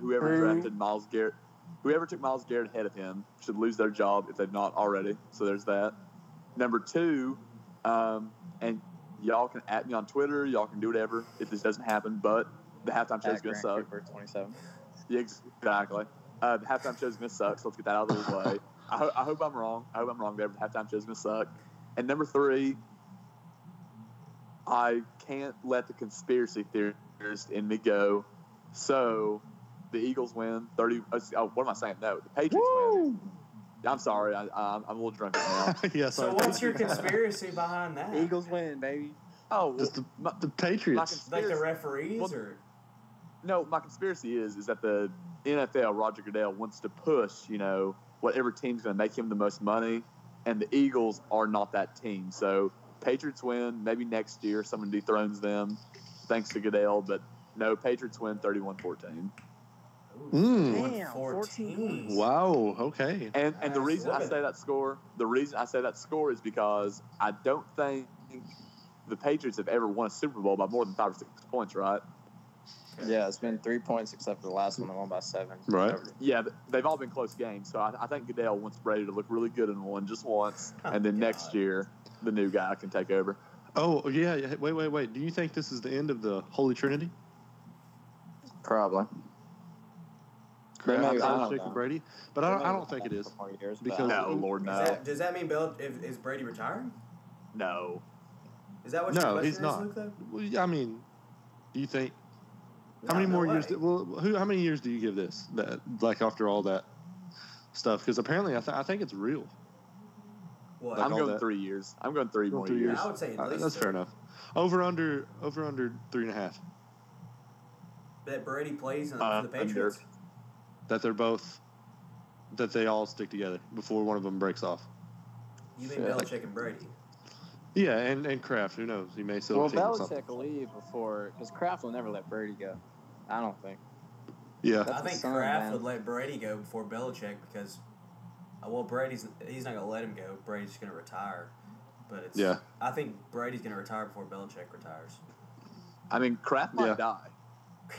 [SPEAKER 6] Whoever drafted Miles Garrett, whoever took Miles Garrett ahead of him, should lose their job if they've not already. So there's that. Number two, um, and y'all can at me on Twitter. Y'all can do whatever if this doesn't happen. But the halftime show is
[SPEAKER 5] Dak
[SPEAKER 6] going to
[SPEAKER 5] Grant
[SPEAKER 6] suck.
[SPEAKER 5] Cooper twenty-seven.
[SPEAKER 6] Yeah, exactly. Uh, the halftime show's gonna suck, so let's get that out of the way. I, ho- I hope I'm wrong. I hope I'm wrong there, but the halftime show's gonna suck. And number three, I can't let the conspiracy theorist in me go. So the Eagles win thirty. Oh, s- oh, what am I saying? No, the Patriots win. I'm sorry. I, I'm, I'm a little drunk right now.
[SPEAKER 3] yes.
[SPEAKER 4] So what's your conspiracy behind that?
[SPEAKER 5] Eagles win, baby.
[SPEAKER 6] oh, well,
[SPEAKER 3] Just the,
[SPEAKER 6] my,
[SPEAKER 3] the
[SPEAKER 6] my
[SPEAKER 3] Patriots.
[SPEAKER 4] Like the
[SPEAKER 6] conspiracy-
[SPEAKER 4] referees
[SPEAKER 6] Well,
[SPEAKER 4] or
[SPEAKER 6] No, my conspiracy is is that the NFL, Roger Goodell, wants to push, you know, whatever team's going to make him the most money, and the Eagles are not that team. So Patriots win. Maybe next year someone dethrones them, thanks to Goodell. But no, Patriots win 31-14.
[SPEAKER 4] Ooh,
[SPEAKER 3] Mm.
[SPEAKER 5] Damn,
[SPEAKER 4] 14.
[SPEAKER 3] Wow. Okay.
[SPEAKER 6] And and the
[SPEAKER 4] Nice.
[SPEAKER 6] reason I say that score, the reason I say that score is because I don't think the Patriots have ever won a Super Bowl by more than five or six points, right?
[SPEAKER 5] Yeah, it's been three points except for the last one. They won by seven.
[SPEAKER 3] Right.
[SPEAKER 6] Yeah, th- they've all been close games. So I, I think Goodell wants Brady to look really good in one, just once, and then next
[SPEAKER 4] God.
[SPEAKER 6] year the new guy can take over.
[SPEAKER 3] Oh yeah. yeah. Wait, wait, wait. Do you think this is the end of the Holy Trinity?
[SPEAKER 5] Probably.
[SPEAKER 3] Graham
[SPEAKER 5] maybe- I
[SPEAKER 3] Hancock,
[SPEAKER 5] don't
[SPEAKER 3] Jacob
[SPEAKER 5] know.
[SPEAKER 3] Brady. But I don't, I don't think it is.
[SPEAKER 5] More years, but
[SPEAKER 3] Because-
[SPEAKER 5] I
[SPEAKER 6] No,
[SPEAKER 5] don't-
[SPEAKER 6] Lord,
[SPEAKER 4] Is
[SPEAKER 6] no,
[SPEAKER 4] that, does that mean Bell if, is Brady retiring?
[SPEAKER 6] no.
[SPEAKER 4] Is that what your
[SPEAKER 3] No,
[SPEAKER 4] question
[SPEAKER 3] he's
[SPEAKER 4] is,
[SPEAKER 3] not.
[SPEAKER 4] Luke? Though?
[SPEAKER 3] Well, yeah, I mean, do you think?
[SPEAKER 4] No,
[SPEAKER 3] How many
[SPEAKER 4] no
[SPEAKER 3] more
[SPEAKER 4] way.
[SPEAKER 3] years? Do, well, who? How many years do you give this? That like after all that stuff? Because apparently, I, th- I think it's real.
[SPEAKER 4] What?
[SPEAKER 3] Like
[SPEAKER 6] I'm
[SPEAKER 3] all
[SPEAKER 6] going
[SPEAKER 3] that.
[SPEAKER 6] three years. I'm going three
[SPEAKER 3] Going
[SPEAKER 6] more
[SPEAKER 3] three
[SPEAKER 6] years.
[SPEAKER 3] years.
[SPEAKER 4] I would say at
[SPEAKER 3] Uh,
[SPEAKER 4] least
[SPEAKER 3] that's fair
[SPEAKER 4] three.
[SPEAKER 3] enough. Over under over under three and a half.
[SPEAKER 4] that Brady plays in
[SPEAKER 6] Uh,
[SPEAKER 4] for the Patriots.
[SPEAKER 3] That they're both that they all stick together before one of them breaks off.
[SPEAKER 4] You mean Belichick and Brady?
[SPEAKER 3] Yeah, and and Kraft. Who knows? He may still
[SPEAKER 5] well,
[SPEAKER 3] a team or something.
[SPEAKER 5] Belichick will leave before because Kraft will never let Brady go. I don't think.
[SPEAKER 3] Yeah,
[SPEAKER 5] That's
[SPEAKER 4] I think
[SPEAKER 5] the son,
[SPEAKER 4] Kraft
[SPEAKER 5] man.
[SPEAKER 4] would let Brady go before Belichick because, uh, well, Brady's he's not gonna let him go. Brady's gonna retire, but it's
[SPEAKER 3] Yeah.
[SPEAKER 4] I think Brady's gonna retire before Belichick retires.
[SPEAKER 6] I mean, Kraft might
[SPEAKER 3] Yeah.
[SPEAKER 6] die.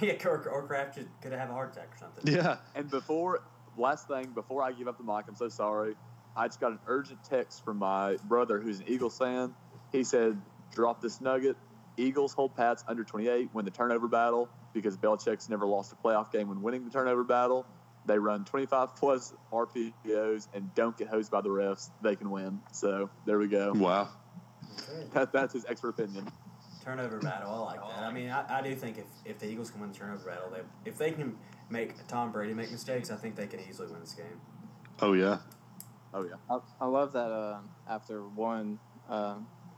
[SPEAKER 4] yeah, or, or Kraft just could have a heart attack or something.
[SPEAKER 3] yeah.
[SPEAKER 6] And before, last thing, before I give up the mic, I'm so sorry. I just got an urgent text from my brother who's an Eagles fan. He said, drop this nugget. Eagles hold Pats under 28, win the turnover battle because Belichick's never lost a playoff game when winning the turnover battle. They run 25 plus RPOs and don't get hosed by the refs. They can win. So there we go.
[SPEAKER 3] Wow.
[SPEAKER 4] Okay.
[SPEAKER 6] That, that's his expert opinion.
[SPEAKER 4] Turnover battle, I like that. I mean, I, I do think if, if the Eagles can win the turnover battle, they, if they can make Tom Brady make mistakes, I think they can easily win this game.
[SPEAKER 3] Oh yeah.
[SPEAKER 6] Oh yeah.
[SPEAKER 5] I, I love that uh, after one uh,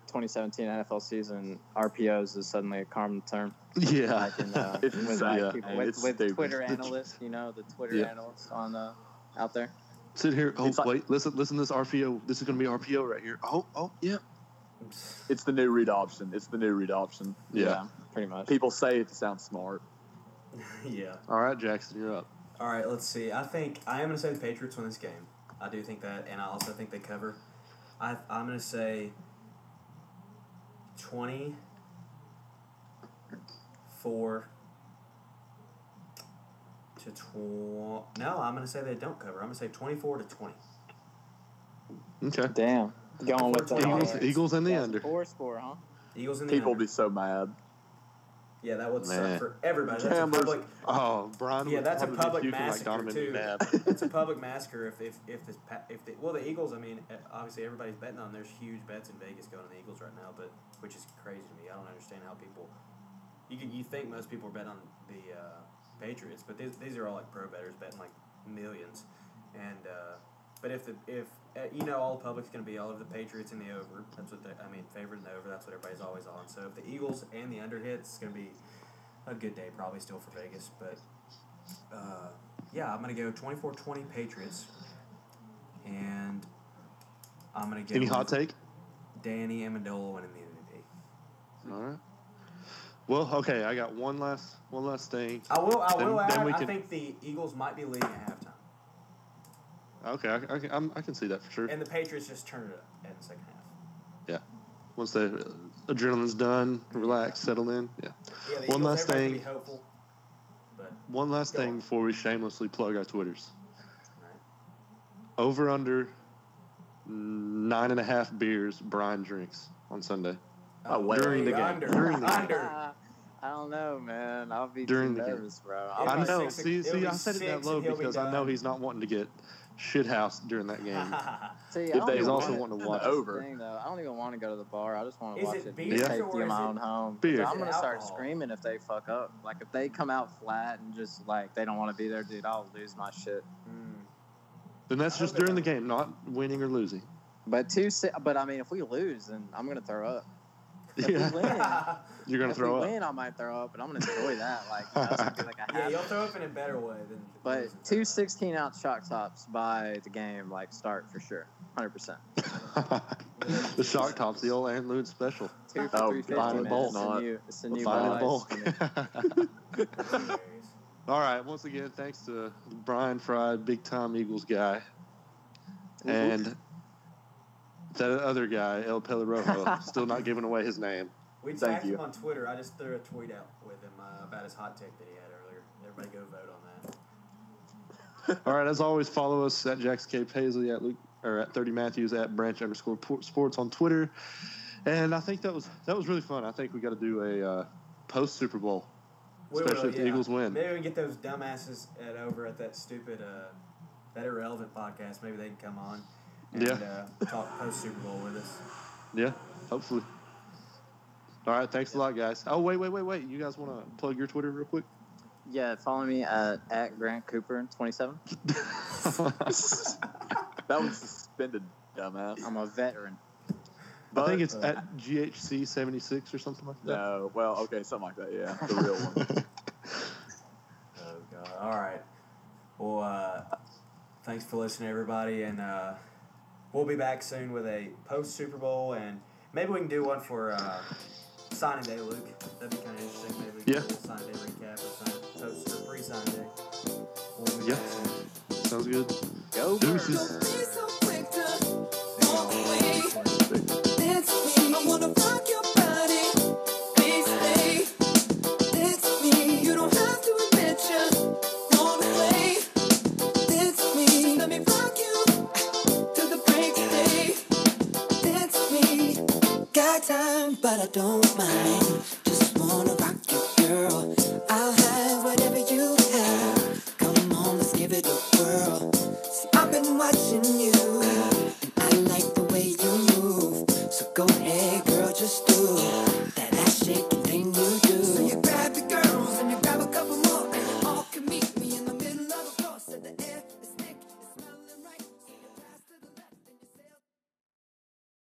[SPEAKER 5] 2017 NFL season, RPOs is suddenly a common term.
[SPEAKER 3] Yeah.
[SPEAKER 5] Like in, uh,
[SPEAKER 6] It's
[SPEAKER 5] with,
[SPEAKER 6] sad.
[SPEAKER 5] like, people- with,
[SPEAKER 6] It's
[SPEAKER 5] with
[SPEAKER 6] stupid.
[SPEAKER 5] Twitter analysts, you know, the Twitter
[SPEAKER 3] Yeah.
[SPEAKER 5] analysts on uh, out there.
[SPEAKER 3] Sit here. Oh
[SPEAKER 6] It's like-
[SPEAKER 3] wait. Listen. Listen. to This RPO. This is gonna be RPO right here. Oh. Oh. Yeah.
[SPEAKER 6] It's the new read option. It's the new read option.
[SPEAKER 3] Yeah.
[SPEAKER 5] pretty much.
[SPEAKER 6] People say it to sound smart.
[SPEAKER 4] yeah.
[SPEAKER 3] All right, Jackson, you're up.
[SPEAKER 4] All right, let's see. I think I am going to say the Patriots win this game. I do think that, and I also think they cover. I, I'm going to say 24 to 20. No, I'm going to say they don't cover. I'm going to say 24 to 20.
[SPEAKER 3] Okay.
[SPEAKER 5] Damn. Going with the
[SPEAKER 4] Eagles-
[SPEAKER 3] Eagles and the
[SPEAKER 5] That's
[SPEAKER 3] under.
[SPEAKER 5] Four score, huh?
[SPEAKER 4] Eagles in the
[SPEAKER 6] People will
[SPEAKER 4] under.
[SPEAKER 6] be so mad.
[SPEAKER 4] Yeah, that would
[SPEAKER 3] Man.
[SPEAKER 4] suck for everybody. That's a
[SPEAKER 6] Gamblers.
[SPEAKER 4] public,
[SPEAKER 3] Oh, Brian.
[SPEAKER 4] Yeah,
[SPEAKER 3] would
[SPEAKER 4] that's a
[SPEAKER 3] probably be
[SPEAKER 4] public
[SPEAKER 3] puking
[SPEAKER 4] massacre, too.
[SPEAKER 3] McNabb.
[SPEAKER 4] it's a public massacre if if if this pa- if the, well the Eagles I mean uh, obviously everybody's betting on there's huge bets in Vegas going on the Eagles right now but which is crazy to me I don't understand how people you can, you think most people are betting on the uh, Patriots but these, these are all like pro betters betting like millions and uh, but if the if uh, you know all the public's going to be all over the Patriots and the over that's what they're I mean favorite and the over that's what everybody's always on so if the Eagles and the under hits it's going to be a good day probably still for Vegas but uh, yeah, I'm gonna go 24-20 Patriots, and I'm gonna go
[SPEAKER 3] Any hot
[SPEAKER 4] with
[SPEAKER 3] take?
[SPEAKER 4] Danny Amendola winning the MVP.
[SPEAKER 3] All right. Well, okay. I got one last one last thing.
[SPEAKER 4] I will. I
[SPEAKER 3] Then-
[SPEAKER 4] will
[SPEAKER 3] then
[SPEAKER 4] add.
[SPEAKER 3] we
[SPEAKER 4] I
[SPEAKER 3] can-
[SPEAKER 4] think the Eagles might be leading at halftime,
[SPEAKER 3] Okay, I, I, can- I'm, I can see that for sure.
[SPEAKER 4] and the Patriots just turned it up in the second half.
[SPEAKER 3] Once the uh, adrenaline's done, relax, settle in. Yeah.
[SPEAKER 4] Yeah, the
[SPEAKER 3] One
[SPEAKER 4] Eagles,
[SPEAKER 3] last
[SPEAKER 4] everybody can
[SPEAKER 3] thing.
[SPEAKER 4] Be hopeful, but
[SPEAKER 3] One last
[SPEAKER 4] Go
[SPEAKER 3] thing
[SPEAKER 4] on.
[SPEAKER 3] before we shamelessly plug our Twitters.
[SPEAKER 4] all right.
[SPEAKER 3] Over under nine and a half beers Brian drinks on Sunday.
[SPEAKER 4] uh,
[SPEAKER 6] Oh, wait.
[SPEAKER 3] During the game.
[SPEAKER 4] Under,
[SPEAKER 3] During the game.
[SPEAKER 4] under.
[SPEAKER 5] I don't know, man. I'll be
[SPEAKER 3] During
[SPEAKER 5] too
[SPEAKER 3] the game.
[SPEAKER 5] nervous, bro.
[SPEAKER 4] It'll
[SPEAKER 3] I
[SPEAKER 4] be
[SPEAKER 5] might-
[SPEAKER 3] know.
[SPEAKER 4] six-
[SPEAKER 3] See,
[SPEAKER 4] it'll
[SPEAKER 3] see,
[SPEAKER 4] be
[SPEAKER 3] I said it
[SPEAKER 4] six
[SPEAKER 3] that low
[SPEAKER 4] and he'll be
[SPEAKER 3] because I know
[SPEAKER 4] done.
[SPEAKER 3] he's not wanting to get shithoused during that game.
[SPEAKER 5] See,
[SPEAKER 6] If
[SPEAKER 5] I don't
[SPEAKER 6] they
[SPEAKER 5] even
[SPEAKER 3] also
[SPEAKER 5] wanna-
[SPEAKER 3] want to
[SPEAKER 5] that's
[SPEAKER 3] watch
[SPEAKER 5] the
[SPEAKER 6] over.
[SPEAKER 5] thing, though. I don't even want to go to the bar. I just want to
[SPEAKER 4] Is
[SPEAKER 5] watch
[SPEAKER 4] it
[SPEAKER 5] it
[SPEAKER 4] beer
[SPEAKER 5] being safety
[SPEAKER 4] or
[SPEAKER 5] in
[SPEAKER 4] is
[SPEAKER 5] my
[SPEAKER 4] it-
[SPEAKER 5] own home.
[SPEAKER 3] Beer.
[SPEAKER 5] Dude,
[SPEAKER 3] Is
[SPEAKER 5] I'm
[SPEAKER 4] it
[SPEAKER 5] gonna start
[SPEAKER 4] alcohol?
[SPEAKER 5] screaming if they fuck up. Like if they come out flat and just like they don't want to be there, dude, I'll lose my shit.
[SPEAKER 4] Mm.
[SPEAKER 3] Then that's
[SPEAKER 4] I
[SPEAKER 3] just
[SPEAKER 4] hope they
[SPEAKER 3] during the
[SPEAKER 4] don't.
[SPEAKER 3] game, not winning or losing.
[SPEAKER 5] But two, si- but I mean, if we lose, then I'm gonna throw up. If we
[SPEAKER 3] Yeah,
[SPEAKER 5] win, if
[SPEAKER 3] you're gonna
[SPEAKER 5] we
[SPEAKER 3] throw up.
[SPEAKER 5] win, I might throw up, but I'm gonna enjoy that. Like you know, it's gonna be like a
[SPEAKER 4] yeah,
[SPEAKER 5] happy
[SPEAKER 4] you'll throw up in a better way than.
[SPEAKER 5] But two 16 ounce shock tops by the game, like start for sure. 100%.
[SPEAKER 3] the shock tops, the old Aaron Loon special.
[SPEAKER 5] Two for
[SPEAKER 6] Oh,
[SPEAKER 5] 350.
[SPEAKER 3] buy it
[SPEAKER 5] man.
[SPEAKER 3] bulk.
[SPEAKER 5] It's a new, it's a new
[SPEAKER 3] Buy it
[SPEAKER 5] vibe.
[SPEAKER 3] bulk.
[SPEAKER 4] Hilarious.
[SPEAKER 3] All right. Once again, thanks to Brian Fry, big time Eagles guy, and that other guy, El Pellerojo, still not giving away his name.
[SPEAKER 4] We
[SPEAKER 6] Thank
[SPEAKER 4] tagged
[SPEAKER 6] you.
[SPEAKER 4] him on Twitter. I just threw a tweet out with him uh, about his hot take that he had earlier. Everybody go vote on that.
[SPEAKER 3] All right. As always, follow us at Jax K Paisley at Luke or at Thirty Matthews at Branch underscore por- Sports on Twitter. And I think that was that was really fun. I think we got to do a uh, post Super Bowl.
[SPEAKER 4] We
[SPEAKER 3] Especially
[SPEAKER 4] will,
[SPEAKER 3] if the Eagles win.
[SPEAKER 4] Maybe we can get those dumbasses at over at that stupid, uh, that irrelevant podcast. Maybe they can come on and
[SPEAKER 3] Yeah.
[SPEAKER 4] uh, talk post Super Bowl with us.
[SPEAKER 3] Yeah, hopefully. All right. Thanks a lot, guys. Oh wait, wait, wait, wait. You guys want to plug your Twitter real quick?
[SPEAKER 5] Yeah, follow me at, at Grant Cooper 27.
[SPEAKER 6] That one's suspended, dumbass.
[SPEAKER 5] I'm a veteran.
[SPEAKER 3] I think
[SPEAKER 6] But-
[SPEAKER 3] it's at GHC seventy six or something like that.
[SPEAKER 6] No, well, okay, something like that. Yeah, the real one.
[SPEAKER 4] Oh God! All right. Well, uh, thanks for listening, everybody, and uh, we'll be back soon with a post Super Bowl, and maybe we can do one for uh, signing day, Luke. That'd be kind of interesting. Maybe we can
[SPEAKER 3] Yeah.
[SPEAKER 4] do a little signing day recap or sign, post or pre signing day. We'll be
[SPEAKER 3] Yeah.
[SPEAKER 4] back soon.
[SPEAKER 3] Sounds good.
[SPEAKER 5] Go
[SPEAKER 3] Deuces.
[SPEAKER 5] Birds.
[SPEAKER 8] Got time, but I don't mind.